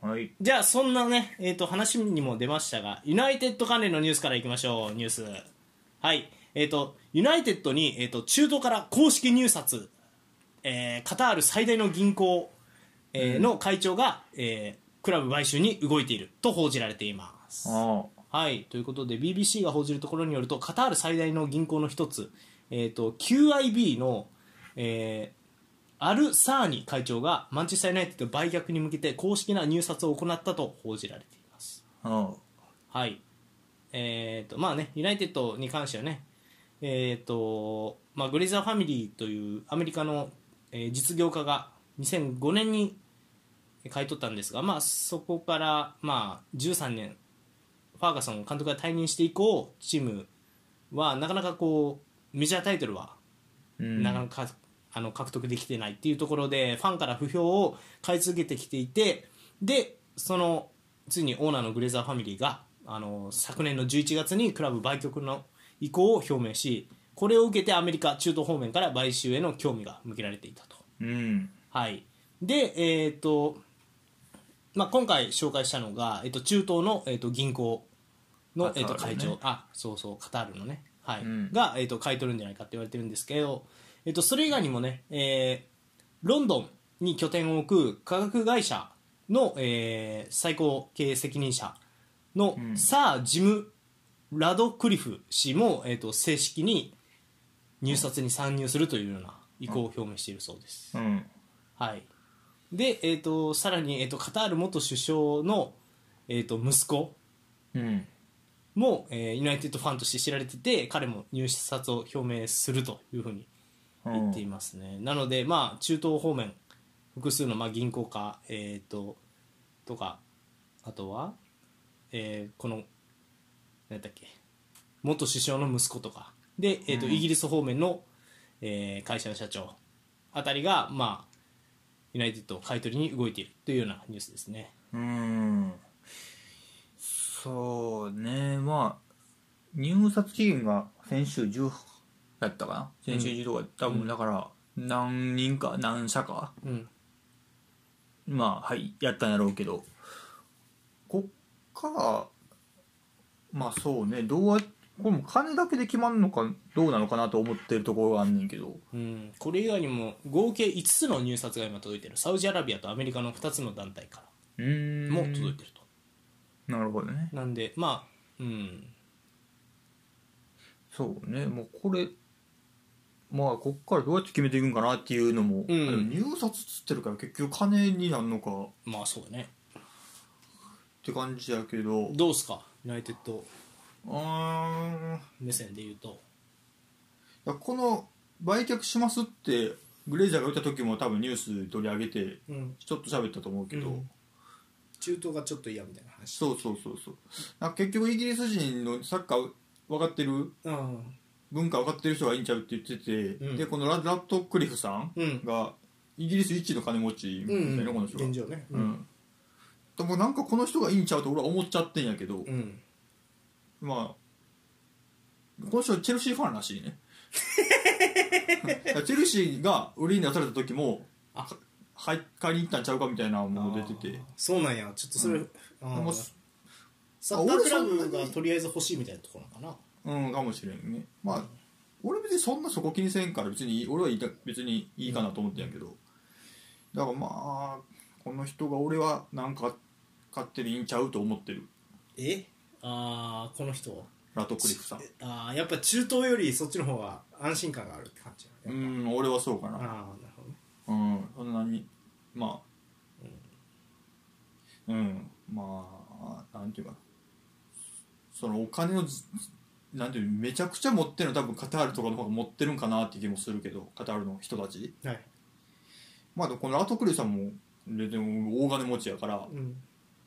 はい
じゃあそんなね、えー、と話にも出ましたがユナイテッド関連のニュースからいきましょうニュースはいえっ、とユナイテッドに、えー、と中東から公式入札、えーカタール最大の銀行、えーの会長が、えークラブ買収に動いていると報じられています
ああ
はい、ということで BBC が報じるところによるとカタール最大の銀行の一つ、えー、と QIB の、えーアル・サーニ会長がマンチェスター・ユナイテッド売却に向けて公式な入札を行ったと報じられています。
あ
はいえーとまあね、ユナイテッドに関してはね、えーとまあ、グレイザーファミリーというアメリカの、えー実業家が2005年に買い取ったんですが、まあ、そこから、まあ、13年ファーガソン監督が退任して以降チームはなかなかこうメジャータイトルは
うん
なかなか、あの獲得できてないっていうところでファンから不評を買い続けてきていてでそのついにオーナーのグレザーファミリーがあの昨年の11月にクラブ売却の意向を表明しこれを受けてアメリカ中東方面から買収への興味が向けられていたと。
うん
はい、で、えーとまあ、今回紹介したのが、えっと中東の、えっと銀行の、
カタ
え
ー
っ
ルね
と会長あそうそうカタールのね、はい
うん
が、えっと買い取るんじゃないかって言われてるんですけど、えっとそれ以外にもね、えーロンドンに拠点を置く化学会社の、えー最高経営責任者の、
うん
サー・ジム・ラドクリフ氏も、えっと正式に入札に参入するというような意向を表明しているそうです。
うん
はい、で、えー、とさらに、えー、とカタール元首相の、えー、と息子
うん
も、えーユナイテッドファンとして知られてて彼も入札を表明するというふうに言っていますね、なので、まあ、中東方面複数の、まあ、銀行家、えー、ととか
あとは、えーこの何だっけ元首相の息子とかで、えーとイギリス方面の、えー会社の社長あたりが、まあ、ユナイテッドを買い取りに動いているというようなニュースですね。
うんそうねまあ入札期限が先週10やったかな先週10とか、多分だから何人か何社か
うん
まあはいやったんやろうけどこっからまあそうねどうやこれも金だけで決まるのかどうなのかなと思ってるところがあんねんけど
うん、これ以外にも合計5つの入札が今届いているサウジアラビアとアメリカの2つの団体か
う
ら
ん
も届いていると、
なるほどね
なんでまあうん
そうねもうこれまあこっからどうやって決めていくんかなっていうのも、
うん
あでも入札つってるから結局金になるのかっ
まあそうだね
て感じやけど
どうっすかユナイテッド
うーんい
目線で言うと
やこの売却しますってグレイザーが言った時も多分ニュース取り上げて
うん、
ちょっと喋ったと思うけど、
うん中東がちょっと嫌みたいな話
そうそうそうそうなんか結局イギリス人のサッカー分かってる
うん
文化分かってる人がいいんちゃうって言ってて、
うん
でこのララットクリフさん
うん
がイギリス一の金持ちみ
う
た
ん
いな、この人が
現状ね
うん、でもなんかこの人がいいんちゃうと俺は思っちゃってんやけど、
うん
まあこの人チェルシーファンらし いねチェルシーが売りに出された時も
あ
はい買いに行ったんちゃうかみたいなのも出てて
あーそうなんやちょっとそれ、
うん
あ
でも
ーサッカークラブがとりあえず欲しいみたいなところなのか
うんかもしれんねまあ俺別にそんなそこ気にせんから別にいい俺はいいか別にいいかなと思ってんやけど、だからまあこの人が俺はなんか勝手にいいんちゃうと思ってる
なえ
ああこの人
ラトクリフさん
あーやっぱ中東よりそっちの方が安心感があるって感じ
う
やね
ん俺はそうかな
ああーなるほどね
うんそんなにまあうん、まあなんていうかなそのお金のずなんていうのめちゃくちゃ持ってるの多分カタールとかの方が持ってるんかなって気もするけどカタールの人たち
はい、
まあでもこのラトクリフさんもででも大金持ちやから、
うん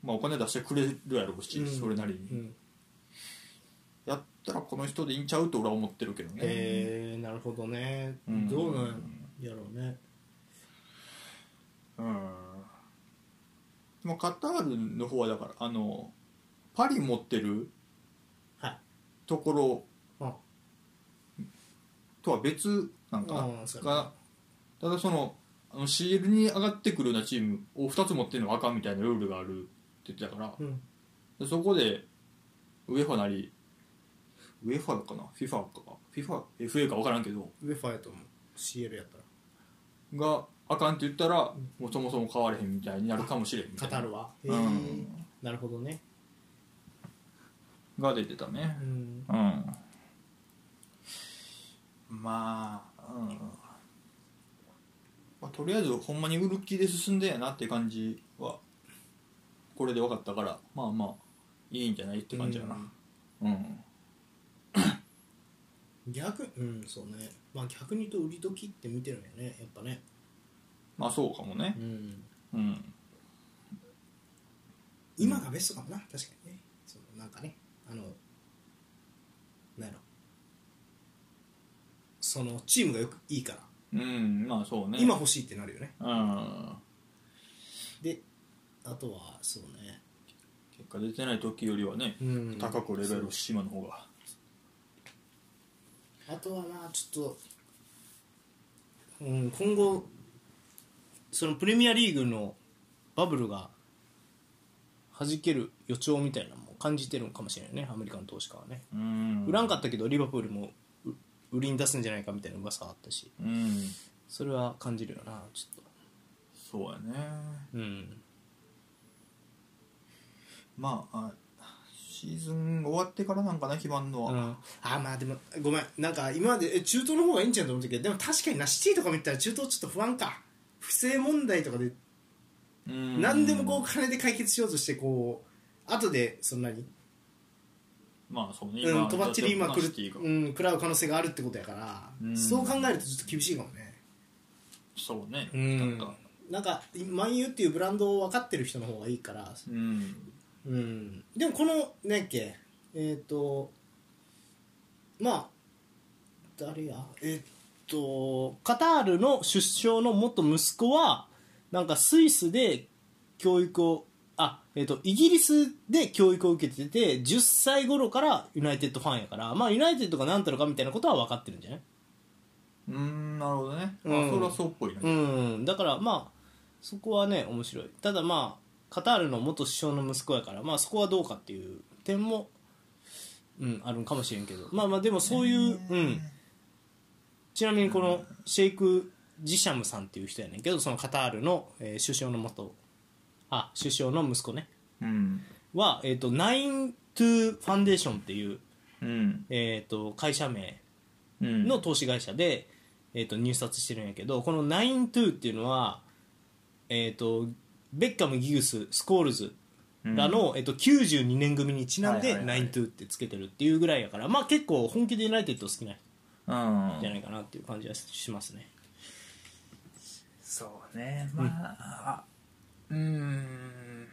まあ、お金出してくれるやろうし、
うん
それなりに、
うん、
やったらこの人でいいんちゃうと俺は思ってるけどね、
えー、なるほどね、
うん
どうなんやろうね
うんまあカタールの方はだからあのパリ持ってる
はい
ところ
あ
とは別なんかな
うんそうやな
がただそのあの CL に上がってくるようなチームを2つ持ってるのはあかんみたいなルールがあるって言ってたから
うん
でそこでウェファなりウェファかな FIFA か FIFAFA か分からんけど
ウェファーやと思う CL やったら
があかんって言ったらもうそもそも変われへんみたいになるかもしれんみた
カ
いな
タールは
へえ
うん
なるほどね
が出てたね
うん
うんまあ、うんまあ、とりあえずほんまに売る気で進んでやなって感じはこれで分かったからまあまあいいんじゃないって感じやなうん、
逆うんそうねまあ逆に言うと売り時って見てるんやねやっぱね
まあそうかもね
うん
うん
今がベストかもな確かにねそのなんかねあのなんやろそのチームがよくいいから、
うんまあそうね
今欲しいってなるよね
うん
であとはそうね
結果出てない時よりはね、
うん
高くレベルを島の方が
あとはなちょっと、うん、今後
そのプレミアリーグのバブルが弾ける予兆みたいなのも感じてるのかもしれないねアメリカの投資家はね、
うん
売らんかったけどリバプールもう売りに出すんじゃないかみたいな噂があったし
うん
それは感じるよなちょっ
そうやね
とうん
まああシーズン終わってからなんかな決まんのは、
うん
あまあでもごめんなんか今までえ中東の方がいいんじゃんと思ったけどでも確かになシティとか見たら中東ちょっと不安か不正問題とかで
うん
何でもこう金で解決しようとしてこう後でそんなに、
まあそうね
うん、とばっちり今来る、
が
うん、食らう可能性があるってことやから、
うん
そう考えるとちょっと厳しいかもね
そうね
うん
なんか
なんか「万有」っていうブランドを分かってる人の方がいいから
うん
うん、でもこのねっけえっ、とまあ誰やえっ、と
カタールの出生の元息子はなんかスイスで教育をあえっ、とイギリスで教育を受けてて10歳頃からユナイテッドファンやからまあユナイテッドが何たるかみたいなことは分かってるんじゃない
うんなるほどね、
う
あ
ん
それはそうっぽいね、
うんだからまあそこはね面白いただまあカタールの元首相の息子やからまあそこはどうかっていう点もうんあるんかもしれんけどまあまあでもそういううんちなみにこのシェイク・ジシャムさんっていう人やねんけどそのカタールの、えー首相の元あ首相の息子ね
うん
は、えー、とナイン・トゥ・ファンデーションっていう、
うん
えー、と会社名
うん
の投資会社で、えー、と入札してるんやけどこの9-2っていうのは、えー、とベッカム、ギグススコールズらの、えー、と92年組にちなんで
はいはいはい
9-2ってつけてるっていうぐらいやから、まあ、結構本気でユナイテッド好きな人
うん
じゃないかなっていう感じはしますね。
そうねまあうーん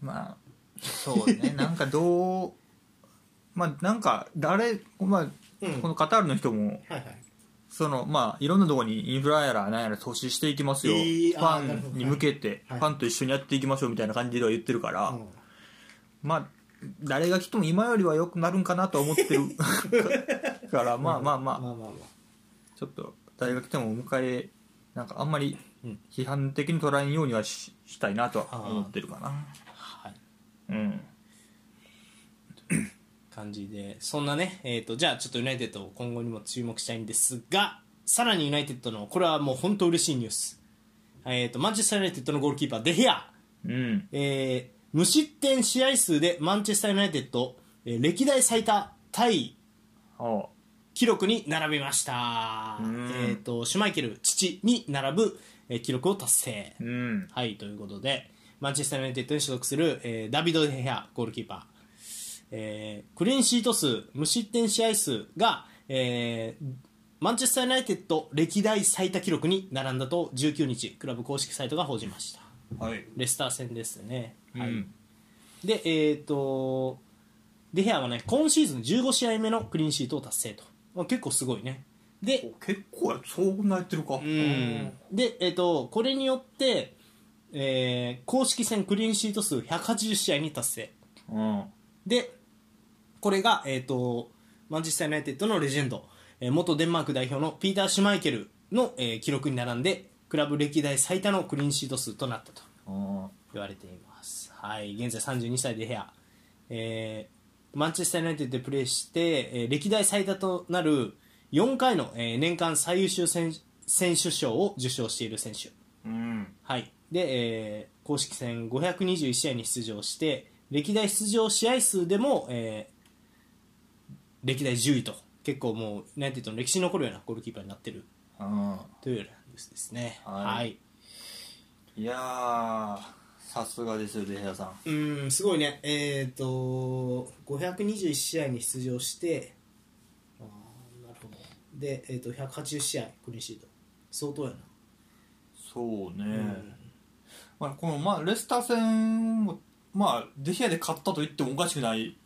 まあそ うねなんかどうまあなんか誰、まあ、
うん
このカタールの人も
はいはい
そのまあいろんなところにインフラやらなんやら投資していきますよ、
えー
フ
あーなるほ
ァ
ど
ンに向けて、
はい
ファンと一緒にやっていきましょうみたいな感じでは言ってるから、
うん
まあ誰が来ても今よりは良くなるんか なとは思ってるからまあまあまあ
まあまあま
ちょっと大学来てもお迎えなんかあんまり
うん
批判的に捉えんようにはししたいなとは思ってるかな
はい
うん
感じでそんなね、えー、とじゃあちょっとユナイテッドを今後にも注目したいんですがさらにユナイテッドのこれはもう本当嬉しいニュース、えー、とマンチェスター・ユナイテッドのゴールキーパーデヘア、
うん
えー無失点試合数でマンチェスター・ユナイテッド、えー歴代最多タイ
おう
記録に並びました、え
うん
ー、とシュマイケル父に並ぶ、えー記録を達成、
うん
はい、ということで、マンチェスター・ユナイテッドに所属する、えーダビド・デヘア、ゴールキーパー。えークリーンシート数、無失点試合数が、えーマンチェスター・ユナイテッド歴代最多記録に並んだと19日、クラブ公式サイトが報じました。
はい
レスター戦ですね。
う
はい
ん
で、えっ、と、デヘアはね、今シーズン15試合目のクリーンシートを達成と。まあ結構すごいね。で、
お結構やそんなやってるかう
で、えっとこれによって、えー公式戦クリーンシート数180試合に達成
うん
でこれが、えっとマンチェスター・ユナイテッドのレジェンド、えー元デンマーク代表のピーター・シュマイケルの、えー記録に並んでクラブ歴代最多のクリーンシート数となったと
うん
言われています、はい、現在32歳でヘア、えーマンチェスター・ユナイテッドでプレーして、えー歴代最多となる4回の、えー年間最優秀選選手賞を受賞している選手
うん
はい、で、えー公式戦521試合に出場して歴代出場試合数でも、えー歴代10位と結構もうユナイテッドの歴史に残るようなゴールキーパーになってる
うん
というようなニュースですね。
はい
はい、
いやーさすがですよデヘアさん
あうんすごいねえっ、と521試合に出場してあーなるほどで、えー、と180試合クリーンシート相当やな
そうね、まあ、このまあレスター戦もまあデヘアで勝ったと言ってもおかしくない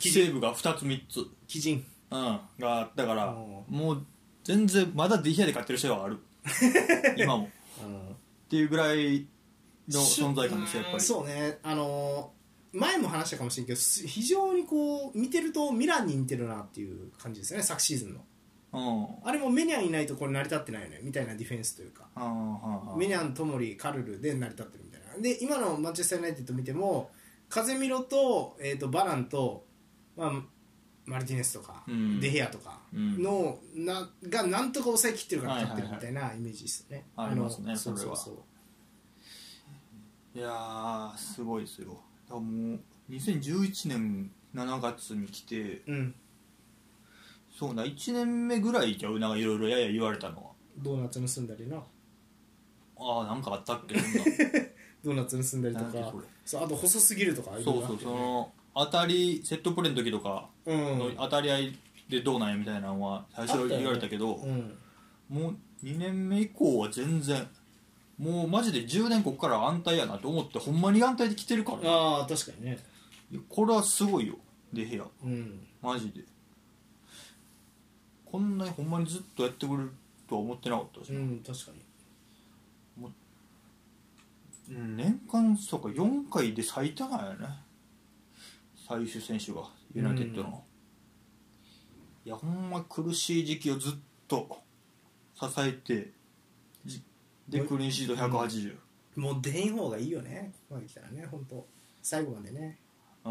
セーブが2つ3つ
基人
うん、があったから
お
もう全然まだディヒアで勝ってる試合はある今もっていうぐらいの存在感ですよやっぱり
そうねあのー前も話したかもしれんけどす非常にこう見てるとミランに似てるなっていう感じですよね昨シーズンの
うん
あれもメニャンいないとこれ成り立ってないよねみたいなディフェンスというか
あ
メニャン、トモリ、カルルで成り立ってるみたいなで今のマンチェスター・ユナイテッド見てもカゼミロと,、えー、とバランと、まあ、マルティネスとか、
うん
デヘアとか
うん
の、ながなんとか抑えきってるから
はいはい
勝っ
はい
てるみたいなイメージですよね、
ありますね
の
それは
うそう
いやーすごいですよだからもう2011年7月に来て
ううん
そうな1年目ぐらいじゃうなんかいろいろやや言われたのは
ドーナツ盗んだりな
ああなんかあったっけそんな
ドーナツ盗んだりと
なんだ
か
それ
そうあと細すぎるとか
そうそうその当たりセットプレーの時とか、
ううん
当たり合いでどうなんやみたいなのは最初言われたけど
うん
もう2年目以降は全然もうマジで10年ここから安泰やなと思ってほんまに安泰で来てるからね
ああ確かにね
いやこれはすごいよデヘア
うん
マジでこんなにほんまにずっとやってくれるとは思ってなかったし、
うん確かに
うん年間そうか4回で最多なんやね最終選手がユナイテッドの、いやほんま苦しい時期をずっと支えてじで
おい
クリーンシード180
もう出ん方がいいよねここまで来たらね本当最後までね
う
そ
ん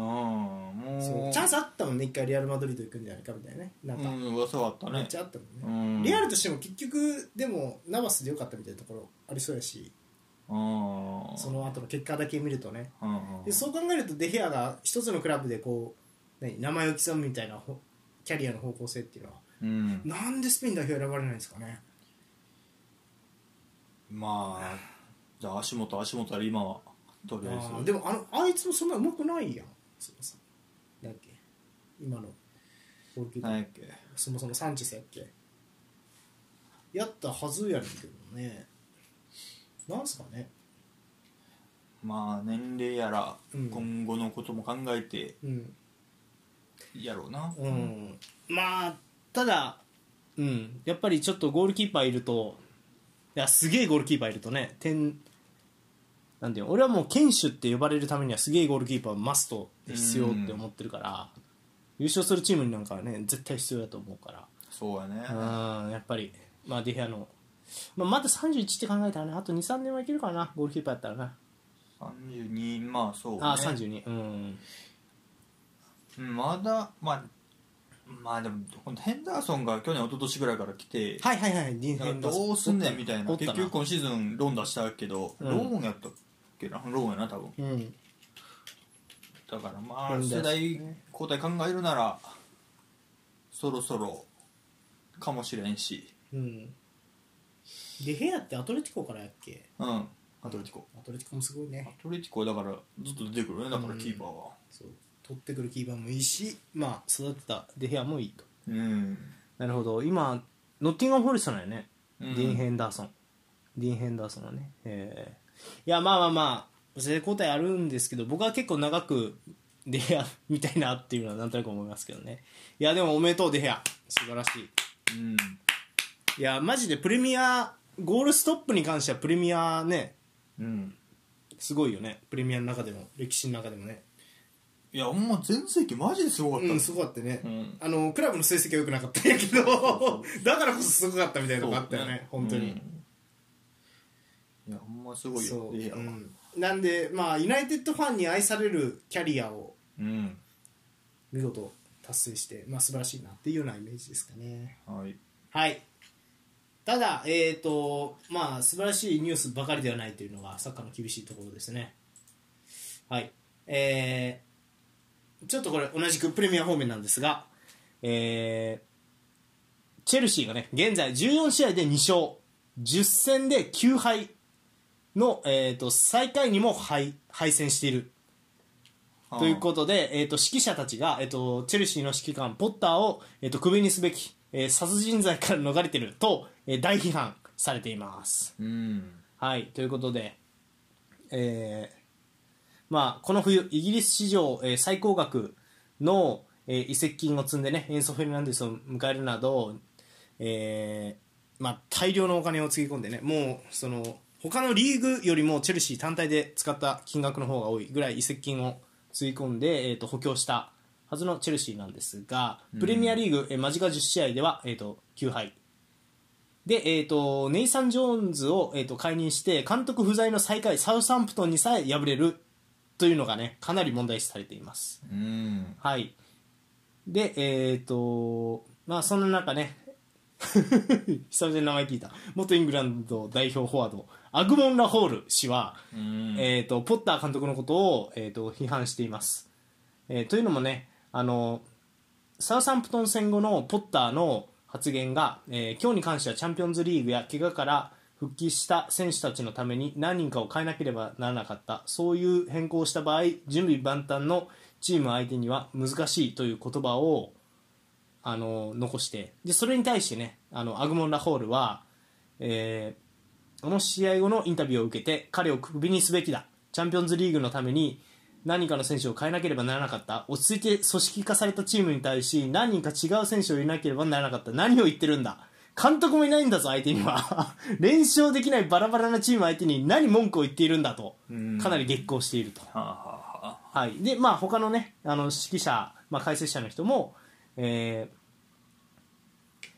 も
う
う
チャンスあったもんね一回レアル・マドリード行くんじゃないかみたいなねなん
う
か、
ん噂はあった
めっ
ね
ちゃあったもんね、
うん
リアルとしても結局でもナバスでよかったみたいなところありそうやし
うん
その後の結果だけ見るとね
うんうん
でそう考えるとデヘアが一つのクラブでこう何名前を刻むみたいなほキャリアの方向性っていうのは
うん
なんでスペイン代表選ばれないんですかね
まあじゃあ足元足元あれ今はとりあえ
あー
ず
でもあのあいつもそんなうまくないやんそもそもだっけ今のゴールキーパー
何やっけ
そもそもサンチェスやっけやったはずやねんけどねなんすかね
まあ年齢やら
うん
今後のことも考えて
うん、
やろうな
うん、
まあただうんやっぱりちょっとゴールキーパーいるといやすげえゴールキーパーいるとね点なんていうの俺はもう堅守って呼ばれるためにはすげえゴールキーパーマストで必要って思ってるから優勝するチームになんかはね絶対必要だと思うから
そうやね
うんやっぱり、まあ、ディヘアの、まあ、まだ31って考えたらねあと23年はいけるかなゴールキーパーやったらな、
32まあそうね
ああ32うん
うんまだまあまあでもこのヘンダーソンが去年一昨年ぐらいから来て
はいはいはいディ
なんかどうすんねんみたい
お
な
ったな
結局今シーズンローン出したけど
うん
ローンやったっけなローンやな多分
うん
だからま
う
あ
ん
世代交代考えるならそろそろかもしれんし
うん
でヘアってアトレティコからやっけ
うんアトレティコ
アトレティコもすごい
ア
ね
トレティコはだからずっと出てくるねだからキーパーは
そう取ってくるキーパーもいいし
まあ育てたデヘアもいいと
うん
なるほど今ノッティンガン・フォレストなんやね、
うん
ディーン・ヘンダーソンディーン・ヘンダーソンはねえーいやまあまあまあ世代交代あるんですけど僕は結構長くデヘアみたいなっていうのはなんとなく思いますけどねいやでもおめでとうデヘア素晴らしい
うん
いやマジでプレミアゴールストップに関してはプレミアね
うん
すごいよねプレミアの中でも歴史の中でもね
いやほんま全盛期マジですごかった
う
ね
んすごかったね、
うん
あのクラブの成績は良くなかったんやけど だからこそすごかったみたいな
そ
の
う
があったよね本当に、
うんいやほんますごい
そ
よ
う、
いや
うん、なんでまあユナイテッドファンに愛されるキャリアを
うん
見事達成して、まあ、素晴らしいなっていうようなイメージですかね
はい
はいただえっ、とまあ素晴らしいニュースばかりではないというのがサッカーの厳しいところですねはいえーちょっとこれ同じくプレミア方面なんですがえーチェルシーがね現在14試合で2勝10戦で9敗の、えー、と最下位にも敗敗戦しているということで、えー、と指揮者たちが、えー、とチェルシーの指揮官ポッターを、えー、とクビにすべき、えー殺人罪から逃れてると、えー大批判されています。
うん
はい、ということで、えーまあ、この冬イギリス史上、えー最高額の、えー移籍金を積んでねエンソ・フェルナンデスを迎えるなど、えーまあ、大量のお金をつぎ込んでねもうその他のリーグよりもチェルシー単体で使った金額の方が多いぐらい移籍金をつぎ込んで、えー、と補強したはずのチェルシーなんですがプレミアリーグ、えー間近10試合では、えー、と9敗で、えー、とネイサン・ジョーンズを、えー、と解任して監督不在の最下位サウサンプトンにさえ敗れるというのがねかなり問題視されています。
うん
はい、でえっ、とまあそんな中ね 久々に名前聞いた元イングランド代表フォワードアグモン・ラホール氏は、
うん
えー、とポッター監督のことを、えー、と批判しています、えーというのもねあのサウサンプトン戦後のポッターの発言が、えー今日に関してはチャンピオンズリーグや怪我から復帰した選手たちのために何人かを変えなければならなかったそういう変更をした場合準備万端のチーム相手には難しいという言葉をあの残してでそれに対してねあのアグモン・ラホールは、えー
この試合後のインタビューを受けて彼をクビにすべきだチャンピオンズリーグのために何かの選手を変えなければならなかった落ち着いて組織化されたチームに対し何人か違う選手を入れなければならなかった何を言ってるんだ監督もいないんだぞ相手には 連勝できないバラバラなチーム相手に何文句を言っているんだと
うん
かなり激高していると
はあはあはあ
はい、でまあ他のねあの指揮者、まあ、解説者の人も、えー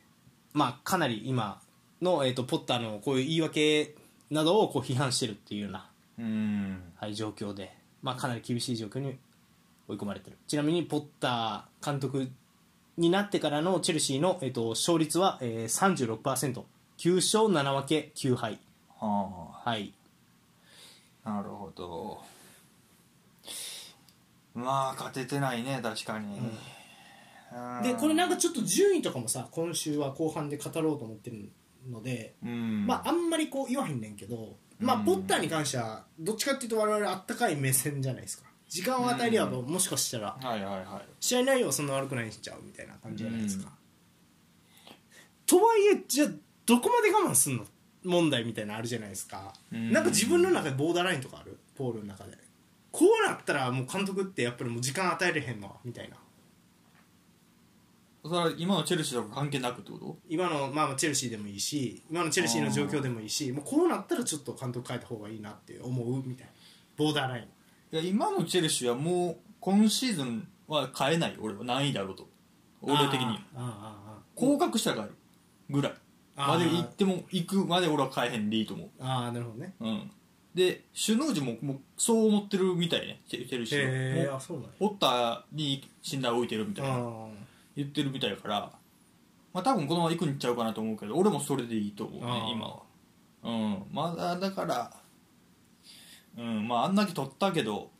まあ、かなり今の、えー、とポッターのこういう言い訳などをこう批判してるっていうような、
うん
はい、状況で、まあ、かなり厳しい状況に追い込まれてるちなみにポッター監督になってからのチェルシーの、えー、と勝率は、えー、36%9 勝7分け9敗
は
はい
あなるほどまあ勝ててないね確かに、うん
でこれなんかちょっと順位とかもさ今週は後半で語ろうと思ってるので、
うん
まああんまりこう言わへんねんけど、まあ、
うん
ポッターに関してはどっちかっていうと我々あったかい目線じゃないですか時間を与えればもしかしたら
はいはいはい
試合内容はそんな悪くないんちゃうみたいな感じじゃないですか、とはいえじゃあどこまで我慢すんの問題みたいなのあるじゃないですか、
うん
なんか自分の中でボーダーラインとかあるポールの中でこうなったらもう監督ってやっぱりもう時間与えれへんわみたいな
それは今のチェルシーとか関係なくってこと
今の、まあまあ、チェルシーでもいいし今のチェルシーの状況でもいいしもうこうなったらちょっと監督変えた方がいいなって思うみたいなボーダーライン
いや今のチェルシーはもう今シーズンは変えない俺は何位だろうと俺的に
あーあ
降格したら変えるぐらい
あー
まで行っても行くまで俺は変えへんでいいと思う
ーあーあーなるほどね
うんで首脳陣ももうそう思ってるみたいねチェチェルシー
へえ
は
あそうなんや
もうポッターに信頼を置いてるみたいな
あ
言ってるみたいだからまあ多分このまま行くんちゃうかなと思うけど俺もそれでいいと思う
あ
ね
ー
今はうんまだだからうんまああんだけ取ったけど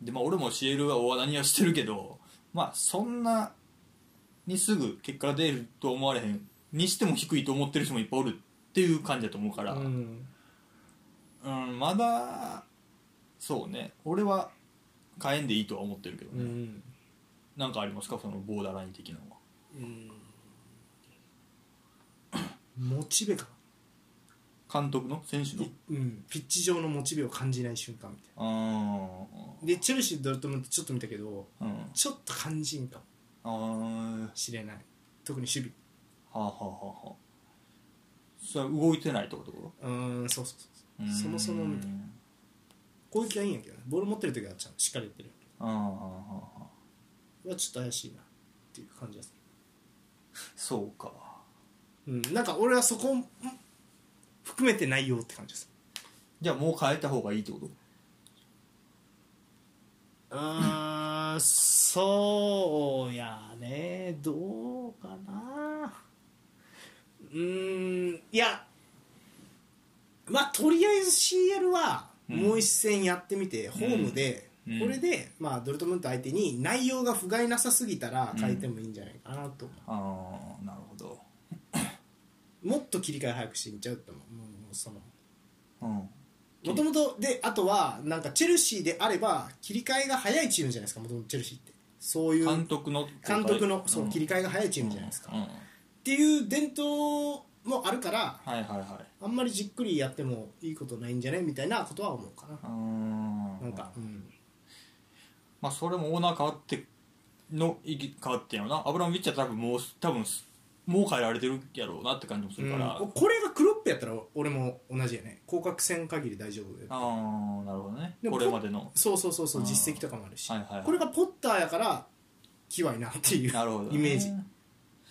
でまあ俺も CL は大穴にはしてるけどまあそんなにすぐ結果が出ると思われへんにしても低いと思ってる人もいっぱいおるっていう感じだと思うから、
あうん
うんまだそうね俺は変えんでいいとは思ってるけど
う
ね、
ん
なんかありますかそのボーダーライン的なのは
うんモチベか
監督の選手の
うんピッチ上のモチベを感じない瞬間みたい
あ
なでチェルシードルトムントちょっと見たけど
ーうん
ちょっと感じんかも
あーは
しれない特に守
あはあはあはあそれは動いてないってことか
備うんそうそうそう
うーん
そもそもみたいな攻撃はいいんやけどねボール持ってる時はちゃんとしっかりやってる
あーはあはあはあ
はちょっと怪しいなっていう感じです
そうか
るうんなんか俺はそこも含めてないよって感じです
じゃあもう変えた方がいいってこと
うーんそうやねどうかな
うーんいやまあとりあえず CL は
うん
もう一戦やってみて、ホームで、
うん
これで、まあ、ドルトムント相手に内容が不甲斐なさすぎたら変えてもいいんじゃないかなと思
ああなるほど
う、もっと切り替え早くしていっちゃうと思うもうもうその
うん
もともとであとはなんかチェルシーであれば切り替えが早いチームじゃないですかもともとチェルシーってそういう
監督の
監督のそう、切り
替
替えが早いチ
え
ームじゃないですか、
うんうん
っていう伝統もあるから
はいはいはい
あんまりじっくりやってもいいことないんじゃねみたいなことは思うかな
うーん
なんか、うん、
まあそれもオーナー変わっての意義変わってんやろなアブラモビッチは多分もう多分もう変えられてるやろうなって感じもするから、
うんこれがクロップやったら俺も同じやね降格戦限り大丈夫だよ
ああなるほどね
でも
これまでの
そうそうそうそう
あー
実績とかもあるし、
はいはいはい
これがポッターやからキワいなっていう
なるほど、
イメージ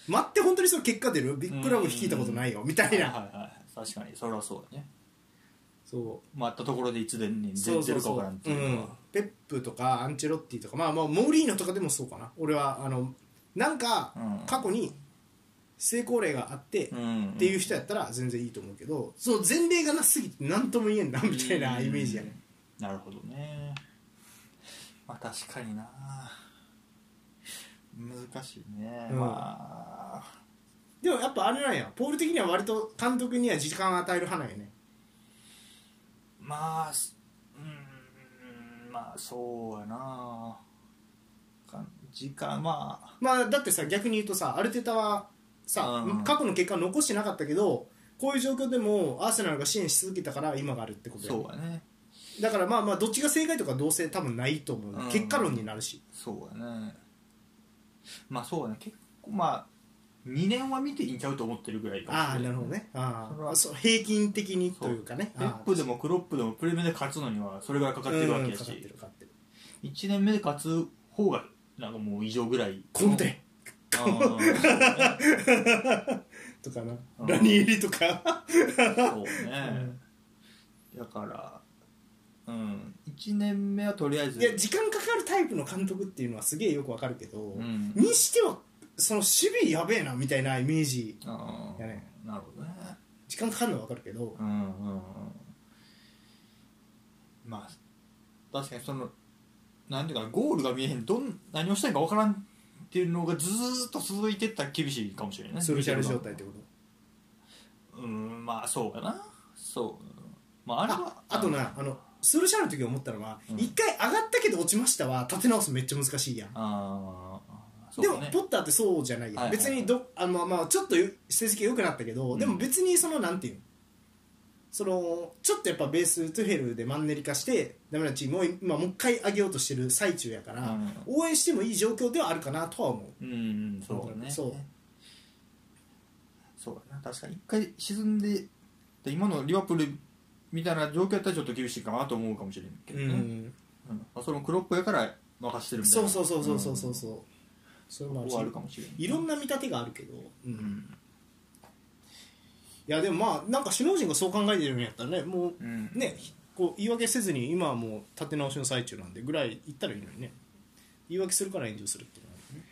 待って本当にその結果出るビッグラブ率いたことないよみた
はいい
な、
はいはい確かにそれはそうだね
そう
待ったところでいつでに
そ
全
うそう
然出るか
そう
分からんっていうのは
ペップとかアンチェロッティとか、まあ、まあモーリーノとかでもそうかな俺はあのなんか
うん
過去に成功例があって、
う
っ
ん
ていう人やったら全然いいと思うけどそう前例がなすぎて何とも言えんなみたいなイメージやね
うんなるほどねまあ確かにな難しいね、
うん
まあ
でもやっぱあれなんやポール的には割と監督には時間を与える派なんやね
まあすうーんまあそうやなか時間まあ
まあだってさ逆に言うとさアルテタはさ、
うん
過去の結果を残してなかったけどこういう状況でもアーセナルが支援し続けたから今があるってことだよ
そうだね
だからまあまあどっちが正解とかどうせ多分ないと思う、
うん
結果論になるし
そうだねまあそうだね結構まあ2年は見ていいんちゃうと思ってるぐらいかもしれ
ああなるほどねあ
それ
あ
は
そう平均的にというかね
ペップでもクロップでもプレミアで勝つのにはそれぐらいか
あ
か
あ
ってるわけ
うん
だ
かかっ
して
るかかってる
1年目で勝つ方がなんかもう異常ぐらい
コンテ
あー
とかな
うん
ラニエリとか
そうねだからうん1年目はとりあえず
いや時間かかるタイプの監督っていうのはすげえよくわかるけど、
うん
にしてはその守備やべえなみたいなイメージ
あー
やね
なるほどね
時間かかるのはわかるけど、
うんうんうんまあ確かにそのなんていうかゴールが見えへんどん何をしたいか分からんっていうのがずーっと続いてったら厳しいかもしれないね
スルシャル状態ってこ
うんまあそうかなそうまああ
と
れ
あ
は
あとなあのスルシャルの時思ったのは
うん
一、回上がったけど落ちましたは立て直すめっちゃ難しいやん
ああそう
で
だ
も
ね
ポッターってそうじゃないやん、
はいはいは
別
い
にどあの、まあ、ちょっと成績良くなったけど、
うん
でも別にそのなんていうのそのちょっとやっぱベーストゥヘルでマンネリ化してダメなチームを今もう一回上げようとしてる最中やから、
うん
応援してもいい状況ではあるかなとは思
うんうんそうだね
そう
そうだな確かに一回沈んでで今のリバプールみたいな状況やったらちょっと厳しいかなと思うかもしれんけ
う、
どね、うんまあ、そのクロップやから任してるみたい
そ
な
うそうそうそうそうそう
う
そうそれ
ん
もある
こ
し
こはあるかもしれない
いろん
な
な見立てがあるけど、う
うんん、
いやでもまあなんか首脳陣がそう考えてるんやったらねもう
うん、
ねこう言い訳せずに今はもう立て直しの最中なんでぐらい言ったらいいのにね言い訳するから炎上するっていうのはね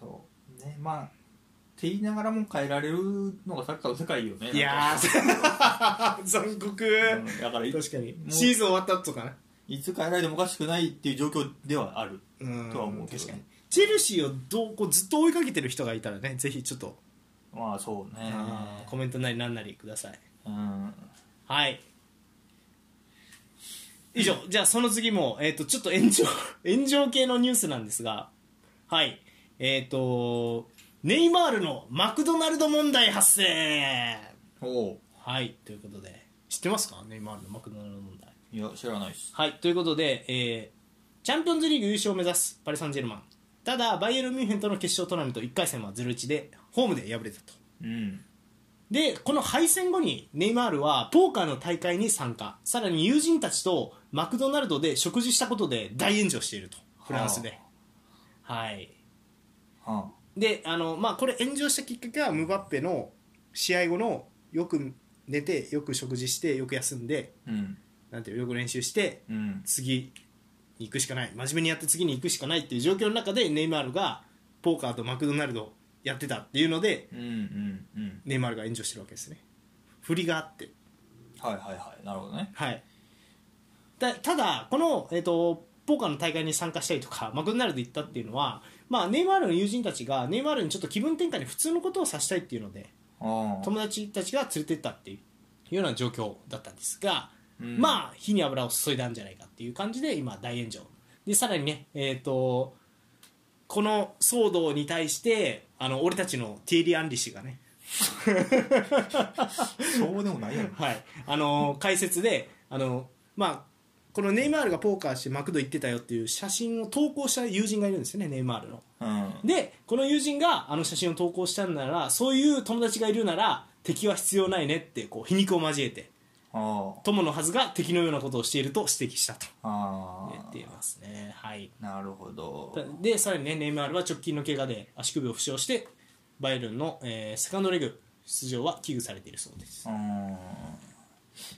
そうねまあって言いながらも変えられるのがサッカーの世界よね
いやー 残酷、
なんかうんだからい
確かに
もう
シーズン終わったとかね
いつ変えられてもおかしくないっていう状況ではある
うん
とは思うけどね
確かにチェルシーをどうこうずっと追いかけてる人がいたらねぜひちょっと、
まあそうね
あーコメントなりなんなりください
うん
はい
以上
じゃあその次も、えー、とちょっと炎上 炎上系のニュースなんですがはいえっ、とネイマールのマクドナルド問題発生
おう
はいということで
知ってますかネイマールの
マクドナルド問題
いや知らないっす
はいということで、えーチャンピオンズリーグ優勝を目指すパリ・サンジェルマンただバイエルン・ミュンヘンとの決勝トーナメント1回戦は0-1でホームで敗れたと
うん
でこの敗戦後にネイマールはポーカーの大会に参加さらに友人たちとマクドナルドで食事したことで大炎上しているとフランスではい
は
であの、まあ、これ炎上したきっかけはムバッペの試合後のよく寝てよく食事してよく休んで
あうん
なんていうのよく練習して
うん
次に行くしかない真面目にやって次に行くしかないっていう状況の中でネイマールがポーカーとマクドナルドやってたっていうので
うんうんうん
ネイマールが炎上してるわけですね振りがあって
はいはいはいなるほどね
はいたただこの、えー、とポーカーの大会に参加したりとか マクドナルド行ったっていうのは、まあ、ネイマールの友人たちがネイマールにちょっと気分転換に普通のことをさせたいっていうので
ああ
友達たちが連れてったっていうような状況だったんですが、
うん
まあ火に油を注いだんじゃないかっていう感じで今大炎上でさらにねえっ、とこの騒動に対してあの俺たちのティエリー・アンリ氏がね、
そうでもないやろ
はい、あの解説であの、まあ、このネイマールがポーカーしてマクド行ってたよっていう写真を投稿した友人がいるんですよねネイマールの。
うん
でこの友人があの写真を投稿したんならそういう友達がいるなら敵は必要ないねってこう皮肉を交えて
あ
友のはずが敵のようなことをしていると指摘したと
ああ
言っていますね、はい、
あなるほど
でさらにねネイマールは直近の怪我で足首を負傷してバイエルンの、えーセカンドレグ出場は危惧されているそうです
うん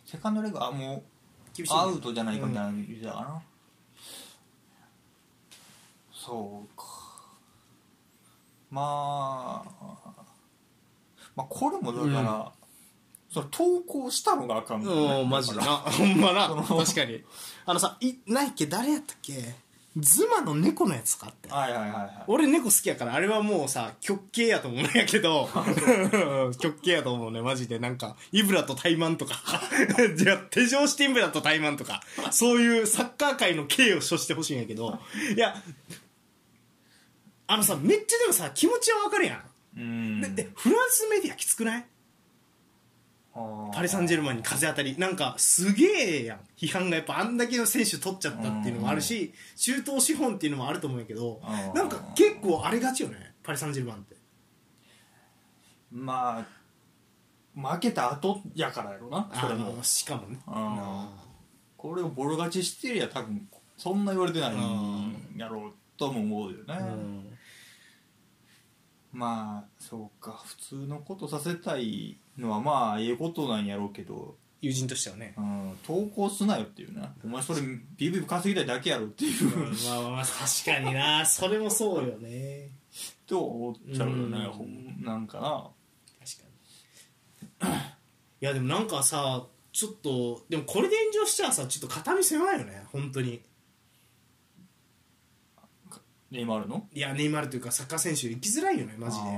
セカンドレグあもう
厳しいね
アウトじゃないかみたいな言ってたかな、そうかまあまあこれもだから、その投稿したのがあかんから
お
ね
マジでな
だか
ほんまな
その
確かにあのさいないっけ誰やったっけズマの猫のやつかって
らはいはいはいはい
俺猫好きやからあれはもうさ極刑やと思うんやけ ど極刑やと思うねマジでなんかイブラと怠慢とか じゃあ手錠してイブラと怠慢とかそういうサッカー界の刑を処してほしいんやけどいやあのさめっちゃでもさ気持ちはわかるやん
うん
でフランスメディアきつくないパリ・サンジェルマンに風当たりなんかすげえやん批判がやっぱあんだけの選手取っちゃったっていうのもあるし中東資本っていうのもあると思うんやけど
あー
なんか結構荒れがちよねパリ・サンジェルマンって
まあ負けた後やからやろなそれも
あーしかもね
あこれをボロ勝ちしてりゃ多分そんな言われてないんやろうとも思うよね、
うん
まあそうか普通のことさせたいのはまあええことなんやろうけど、
友人としてはね
うん、投稿すなよっていうなお前それ BV 稼ぎたいだけやろっていう、
まあまあまあ確かに なそれもそうよね
と思っちゃうよね、
うん
ほん、なんかな
確かにいやでもなんかさちょっとでもこれで炎上しちゃうさちょっと肩身狭いよね本当に
ネイマールの
いやネイマールというかサッカー選手生きづらいよねマジで
あー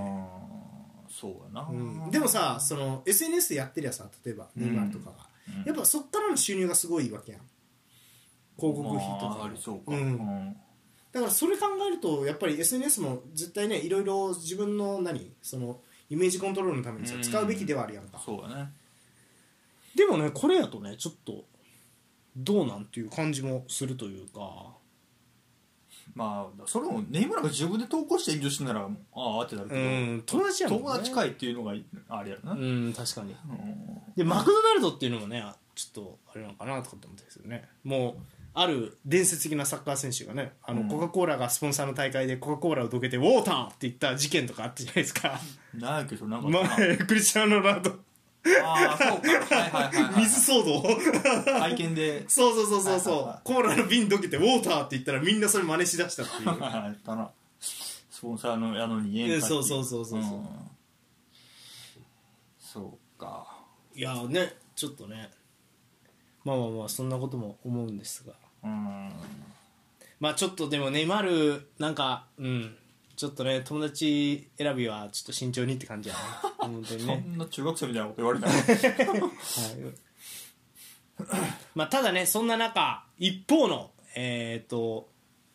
そうやな、
うんでもさその SNS でやってりゃさ例えば
うん
ネイマールとかが、
うん
やっぱそっからの収入がすごいわけやん広告費と
ま
か
ああ
も
りそうか、
ん
うん
だからそれ考えるとやっぱり SNS も絶対ねいろいろ自分の何そのイメージコントロールのためにさ
うん
使うべきではあるやんか、
そうやね
でもねこれやとねちょっとどうなんていう感じもするというか
まあそれもネイマールが自分で投稿して炎上してんならああってなるけ
う
ど、
ん友達やもんね
友達会っていうのがあれやろな、
うん確かに
うん
でマクドナルドっていうのもねちょっとあれなのかなとかって思ったんですよねもうある伝説的なサッカー選手がねあの、
うん
コカ・コーラがスポンサーの大会でコカ・コーラをどけて「ウォーター!」って言った事件とかあったじゃないです か
なんやけどなんかあったな
前クリスチャーノ・ロナウド
ああそうかはいはいはい、はい、
水騒 動
会見で
そうそうそうそう
は
そ
いはいは
うコーラの瓶どけて「ウォーター」って言ったらみんなそれ真似しだしたってい
や
う
ったなスポンサーのやのに言えんかってい
えそうそうそうそうそうん
そうか
いやねちょっとねまあまあまあそんなことも思うんですが
うん
まあちょっとでもネイマールなんかうんちょっとね友達選びはちょっと慎重にって感じやね本当に
そ
ね
んな中学生みたいなこと言われた
はい、まあただねそんな中一方のえっ、と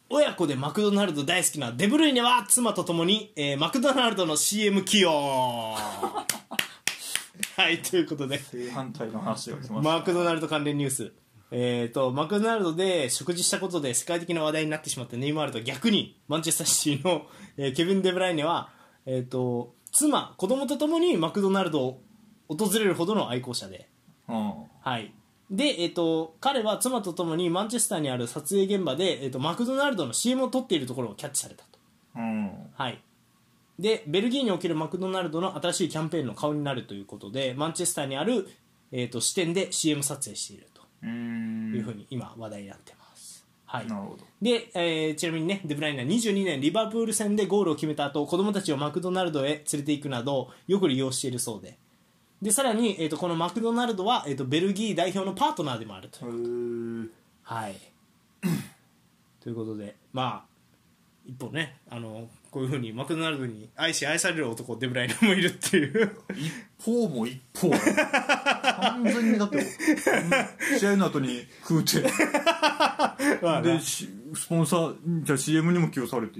親子でマクドナルド大好きなデブルイネは妻と共に、えーマクドナルドの CM 起用はいということで
正反対の話が来ました、
マクドナルド関連ニュースえー、とマクドナルドで食事したことで世界的な話題になってしまったネイマールと逆にマンチェスターシティの、えーケビン・デブライネは、えー、と妻子供と共にマクドナルドを訪れるほどの愛好者で
うん
はい。で、えっ、と、彼は妻と共にマンチェスターにある撮影現場で、えっ、と、マクドナルドの CM を撮っているところをキャッチされたと。
うん
はい。で、ベルギーにおけるマクドナルドの新しいキャンペーンの顔になるということで、マンチェスターにある、えっ、と、支店で CM 撮影している
う
と
ん
いうふうに今話題になってます。はい。
なるほど
で、えーちなみにねデブライネは22年リバプール戦でゴールを決めた後子供たちをマクドナルドへ連れて行くなどよく利用しているそうででさらに、えー、とこのマクドナルドは、えー、とベルギー代表のパートナーでもあると、
へー
はいということでまあ一方ねあのこういうふうにマクドナルドに愛し愛される男デブライネもいるっていう
一方も一方完全にだってうん試合の後に食うて
まあな
でしスポンサーじゃあ CM にも起用されて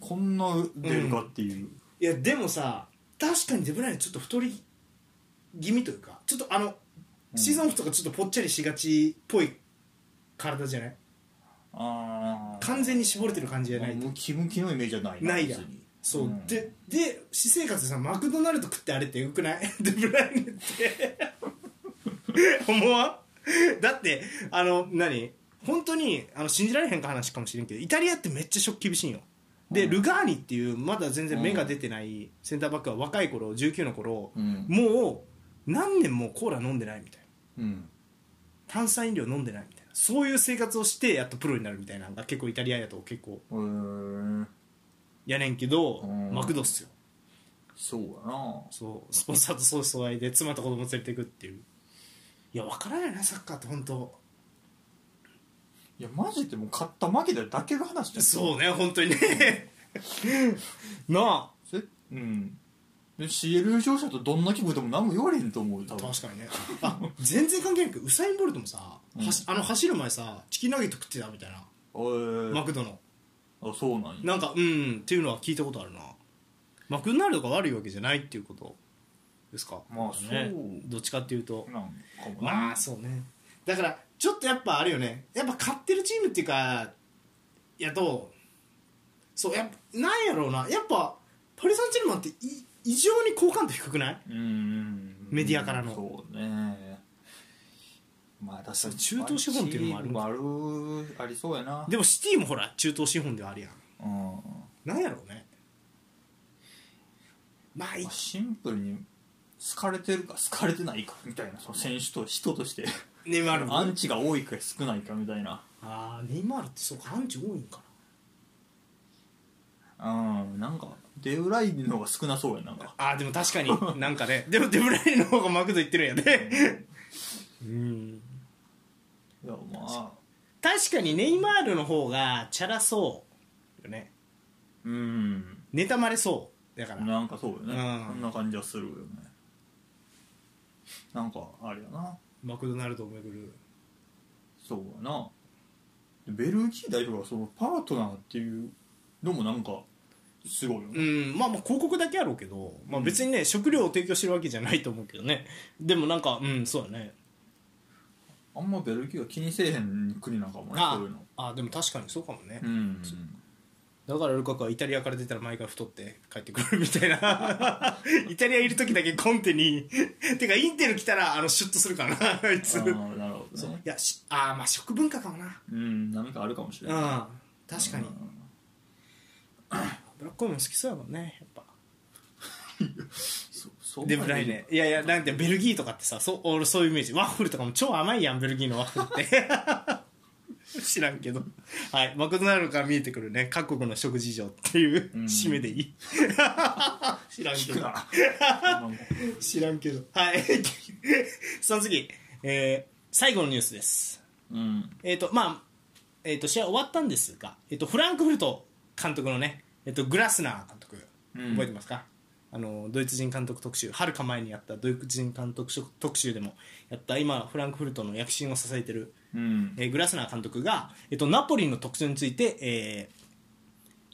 こんな出るかっていう、
いやでもさ確かにデブライネちょっと太り気味というかちょっとあの、シーズンオフとかちょっとぽっちゃりしがちっぽい体じゃない
あー
完全に絞れてる感じじゃない
ムキムキのイメージはない
ないや
別
ん
に
そう、
ん
でで私生活でさマクドナルド食ってあれってよくない デブライネって思わんだってあの何本当にあの信じられへんか話かもしれんけどイタリアってめっちゃ食厳しいんよで、ルガーニっていうまだ全然目が出てないセンターバックは若い頃19の頃、
うん
もう何年もコーラ飲んでないみたいな
うん
炭酸飲料飲んでないみたいなそういう生活をしてやっとプロになるみたいなのが結構イタリアやと結構
うーん
やねんけど、
うん
マクドっすよ
そうやな
そうスポンサーと相相愛で妻と子供連れていくっていういや分からないなサッカーって本当
いやマジでもう勝った負けただけが話じゃん
そうね本当に ねな
ぜうんで CL 優勝者とどんな気分でも何も言われへんと思う多
あ
分
確かにねあ全然関係なくウサイン・ボルトもさ、はしあの走る前さチキンナゲット食ってたみたいな
おい
マクドの
あそうなんや
なんかうんっていうのは聞いたことあるなマクドナルドが悪いわけじゃないっていうこと
ですか
まあそう
ねどっちかっていうと
なんかもな
まあそうねだからちょっとやっぱあれよねやっぱ勝ってるチームっていうかやとそうやっぱなんやろうなやっぱパリ・サンジェルマンってい異常に好感度低くない
うん
メディアからの
そうねまあ確かに
中東資本っていうのもあるんだ
あるありそうやな
でもシティもほら中東資本ではあるやん
うん
なんやろうねまあい
まあシンプルに好かれてるか好かれてないかみたいなその選手と人として
ネイマールも
アンチが多いか少ないかみたいな
あーネイマールってそうかアンチ多いんか
うんなんかデウライの方が少なそうやなん か
あーでも確 かになんかねでもデブライネの方がマクドいってるんやねうん
いやまあ
確かにネイマールの方がチャラそうよね
うん
妬まれそうだから
なんかそうよね、
うん
そんな感じはするよねなんかあれやな
マクドナルドを巡る
そうやなベルギー代表はそのパートナーっていうのもなんかすごいよ
う
ね、
んまあまあ広告だけやろうけど、まあ、別にね、食料を提供してるわけじゃないと思うけどね でもなんかうんそうだね
あんまベルギーは気にせえへん国なんかもね
あ
そういうの
あでも確かにそうかもね、
うん
だからルカクはイタリアから出たら毎回太って帰ってくるみたい なイタリアいる時だけコンテに てかインテル来たらあのシュッとするからなあ いつ
あ
い
ーなるほどね
やしあーまあ食文化かもな
うんなんかあるかもしれ
う
ない
ん確かに
うん
ブラックホーム好きそうやもんねやっぱ
そそう
デブライネいやいやなんてベルギーとかってさそう俺そういうイメージワッフルとかも超甘いやんベルギーのワッフルって 知らんけどはいマクドナルドから見えてくるね各国の食事情っていう
うん
締めでいい 知らんけ
聞く
ど
な
知らんけどはい その次、えー最後のニュースです
うん
えっ、とまあ、えー、と試合終わったんですが、えー、とフランクフルト監督のね、えー、とグラスナー監督
うん
覚えてますか、あのドイツ人監督特集はるか前にやったドイツ人監督特集でもやった今フランクフルトの躍進を支えてる、
うん
えーグラスナー監督が、えー、とナポリの特徴について、えー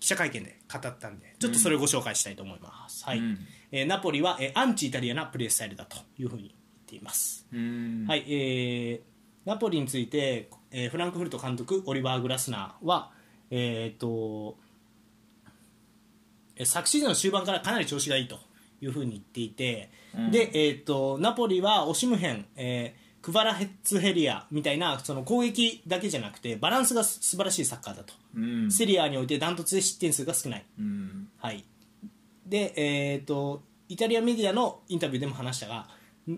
記者会見で語ったんでちょっとそれをご紹介したいと思います、はい
うん
えーナポリは、えーアンチイタリアなプレースタイルだというふうに言っています
うん
はい、えーナポリについて、えーフランクフルト監督オリバー・グラスナーは、えーっとえー昨シーズンの終盤からかなり調子がいいというふうに言っていて、
うん
で、えーっとナポリはオシムヘン、えークバラヘッツヘリアみたいなその攻撃だけじゃなくてバランスがす素晴らしいサッカーだと、
うん
セリアにおいてダントツで失点数が少ない
うん
はい、で、えー、とイタリアメディアのインタビューでも話したが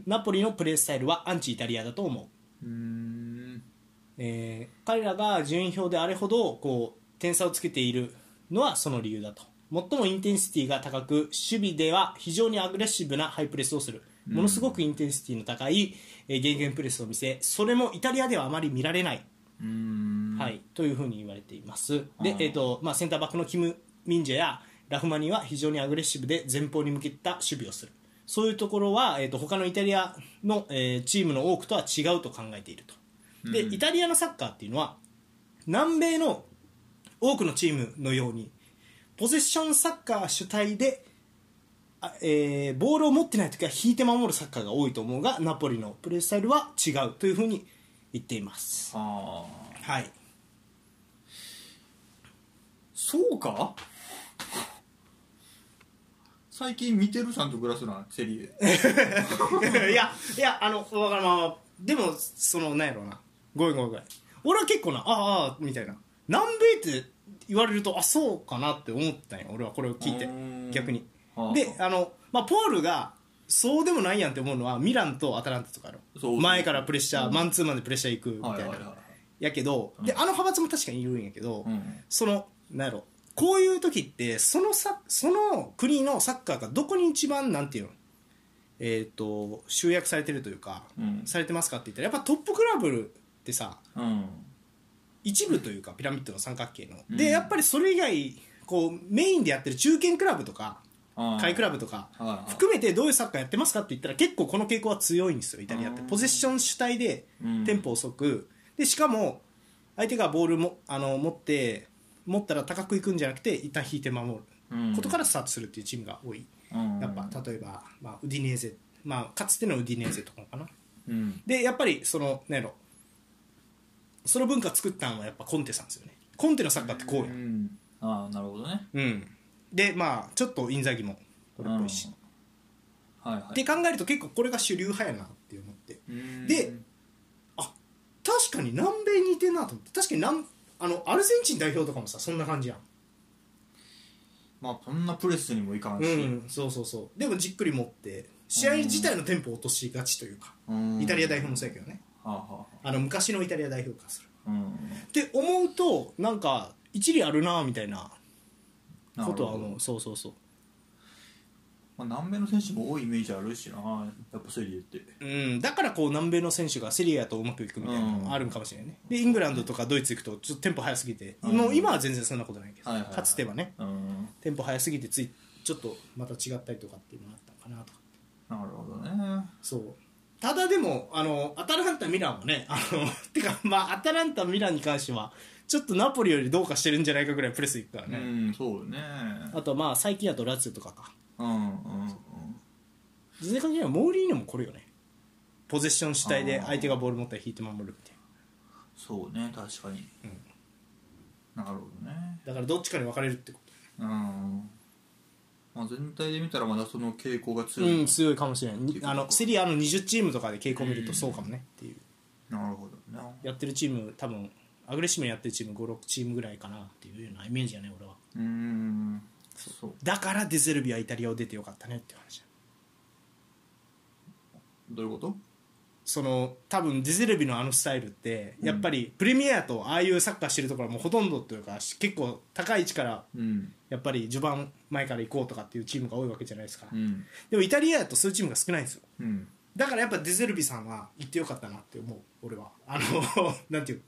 ナポリのプレースタイルはアンチイタリアだと思う、
うん
えー彼らが順位表であれほどこう点差をつけているのはその理由だと最もインテンシティが高く守備では非常にアグレッシブなハイプレスをするものすごくインテンシティの高い、えー、ゲンゲンプレスを見せそれもイタリアではあまり見られない
うん
はい、というふうに言われています。で
あ、ー
えーとまあ、センターバックのキム・ミンジェやラフマニは非常にアグレッシブで前方に向けた守備をする。そういうところは、えー、と他のイタリアの、えーチームの多くとは違うと考えていると。で、
うん
イタリアのサッカーっていうのは南米の多くのチームのようにポゼッションサッカー主体で、あえーボールを持ってない時は引いて守るサッカーが多いと思うがナポリのプレースタイルは違うというふうに言っています。
ああ
はい
そうか最近見てるちゃんとグラスなセリ エ
いやいやあのわからんまあまあでもそのなんやろうなごめんごめんごめん俺は結構なああああみたいな南米って言われるとあそうかなって思ったんよ俺はこれを聞いうて
ーん
逆に
はあ
であの、まあ、ポールがそうでもないやんって思うのはミランとアタランタとかやろ
そう
前からプレッシャー、
うん
マンツーマンでプレッシャーいくみたいな、
はいはいは
やけどであの派閥も確かにいるんやけど、
いうん
そのなんやろこういう時ってそのさその国のサッカーがどこに一番なんていうの、えー、と集約されてるというか、
うん
されてますかって言ったらやっぱトップクラブってさ
うん
一部というかピラミッドの三角形の、
うん
でやっぱりそれ以外こうメインでやってる中堅クラブとか
あー
下位クラブとか
はいはい
含めてどういうサッカーやってますかって言ったら結構この傾向は強いんですよイタリアって
うん
ポゼッション主体で
うん
テンポ遅くでしかも相手がボールもあの持って持ったら高くいくんじゃなくて一旦引いて守る
うん
ことからスタートするっていうチームが多い
うん
やっぱ例えば、まあ、ウディネーゼまあ、かつてのウディネーゼとかかな
うん
でやっぱりそのなんやろその文化作ったんはやっぱコンテさんですよねコンテのサッカーってこうやん
ああなるほどね
うんでまあちょっとインザギもこれっぽいし、
うんはいはい
って考えると結構これが主流派やなって思って
うん
で確かに南米に似てんなと思って確かに南あのアルゼンチン代表とかもさそんな感じやん
まあこんなプレスにもいかん
う
し、
んそうそうそうでもじっくり持って試合自体のテンポを落としがちというか、
うん
イタリア代表もそうやけどね
はあ、は
あの昔のイタリア代表からする
あ、うん
って思うとなんか一理あるなみたいな
な
こ
るほ
と
ど
は思うそうそうそう
まあ、南米の選手も多いイメージあるしなやっぱセリエって
うん、だからこう南米の選手がセリアとうまくいくみたいなのがあるんかもしれないね、でイングランドとかドイツ行くとちょっとテンポ早すぎて、
うん
もう今は全然そんなことないけど、
はいはいはい
かつてはね
うん
テンポ早すぎてついちょっとまた違ったりとかっていうのがあったのかなとか
なるほどね
そうただでもあのアタランタ・ミランもねあの てかまあアタランタ・ミランに関してはちょっとナポリよりどうかしてるんじゃないかぐらいプレスいくから
う
ね、
んそうよね
あとまあ最近だとラツィオとかか
うんうんうん
全然関係ないモーリーノもこれよねポゼッション主体で相手がボール持ったら引いて守るみたいな
そうね確かに、
ん
なるほどね
だからどっちかに分かれるってこと
うんまあ全体で見たらまだその傾向が強い、
うん、強いかもしれない
いうことか
あのセリアの20チームとかで傾向を見るとそうかもねっていう
なるほどね
やってるチーム多分アグレッシブにやってるチーム56チームぐらいかなっていうようなイメージやね俺は
うんそう
だからデゼルビはイタリアを出てよかったねっていう話
どういうこと
その多分デゼルビのあのスタイルってやっぱりプレミアとああいうサッカーしてるところはもうほとんどというか結構高い位置から
うん
やっぱり序盤前から行こうとかっていうチームが多いわけじゃないですか、
うん
でもイタリアだとそういうチームが少ないんですよ
うん
だからやっぱデゼルビさんは行ってよかったなって思う俺はあの なんていうの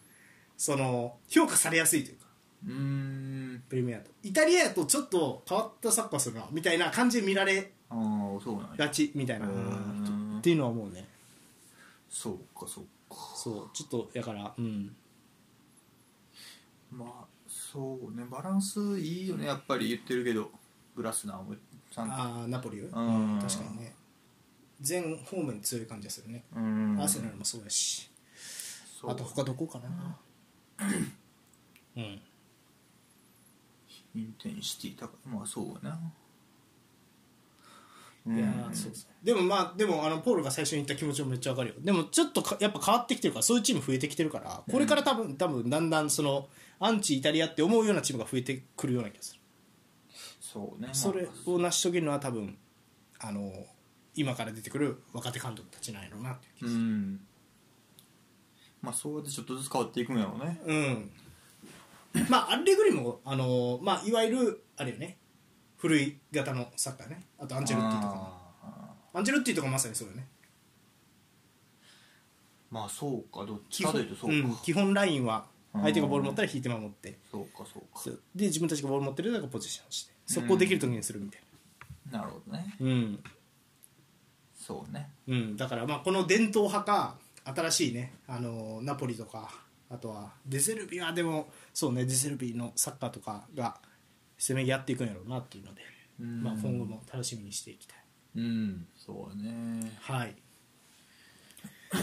その評価されやすいというか
うん
プレミアとイタリアやとちょっと変わったサッカーするなみたいな感じで見られ
ああそうなんや
がちみたいな
うん
っていうのは思うね
そうかそうか
そうちょっとだからうん
まあそうねバランスいいよねやっぱり言ってるけどグラスナーもちゃんと
ああナポリよ
うん
確かにね全方面強い感じがするね
うん
アーセナルもそうやし
そう
あと他どこかなうん
インテンシティ高いまあそうやな、
いやーそうそうでもまあでもあのポールが最初に言った気持ちもめっちゃわかるよでもちょっとかやっぱ変わってきてるからそういうチーム増えてきてるからこれから多分多分だんだんそのアンチイタリアって思うようなチームが増えてくるような気がする
そうねまあ
それを成し遂げるのは多分あの今から出てくる若手監督たちなんやろうなっていう気
う
がする
んまあそうやってちょっとずつ変わっていくんやろうね
うんまあアレグリもあのまあいわゆるあれよね古い型のサッカーねあとア
ア
ンチェロッティとかもアンチェロッティとかまさにそうよね
まあそうかどっち
基
か
本
というとそうか、
うん基本ラインは相手がボール持ったら引いて守って
そうかそうか
そうで自分たちがボール持ってるだからポジションして速攻できる時にするみたい
なるほどね
なうん、
そうね
うん、だからまあこの伝統派か新しいね、あのーナポリとかあとはデゼルビはでもそうねデゼルビのサッカーとかが攻めぎ合っていくんやろうなっていうので、
うん
まあ、今後も楽しみにしていきたい
うんそうね
はい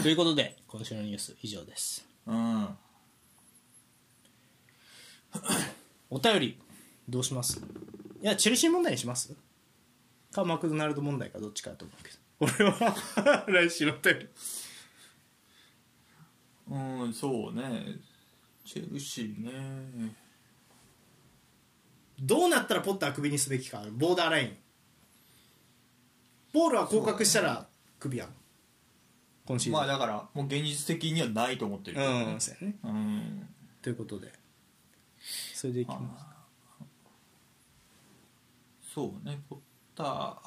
ということで今週のニュース以上です
うん
お便りどうしますいやチェルシー問題にしますかマクドナルド問題かどっちかだと思うけど俺は 来週のお便り
うんそうねチェルシーね
どうなったらポッタークビにすべきかボーダーラインポールは降格したらクビやん今シーズン
まあだからもう現実的にはないと思ってるけど
うん
ね
そうやね
うん
ということでそれでいきます
そうねポッターポ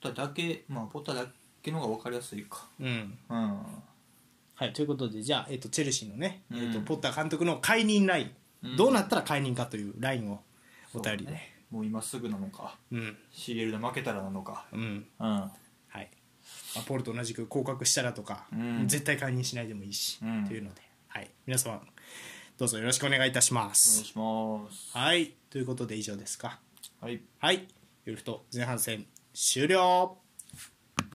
ッターだけまあポッターだけの方が分かりやすいか
うん
うん
はいということでじゃあ、えっとチェルシーのね、えっと
うん
ポッター監督の解任ライン、
うん
どうなったら解任かというラインをお便り
そう
で
ねもう今すぐなのか
う
CL で負けたらなのか
んうん
うん
はい、まあ、ポールと同じく降格したらとか、
うん
絶対解任しないでもいいし、
うん
というので、はい、皆様どうぞよろしくお願いいたしま
お願い
す。
します
はいということで以上ですか。
はい
はい、ゆるふと前半戦終了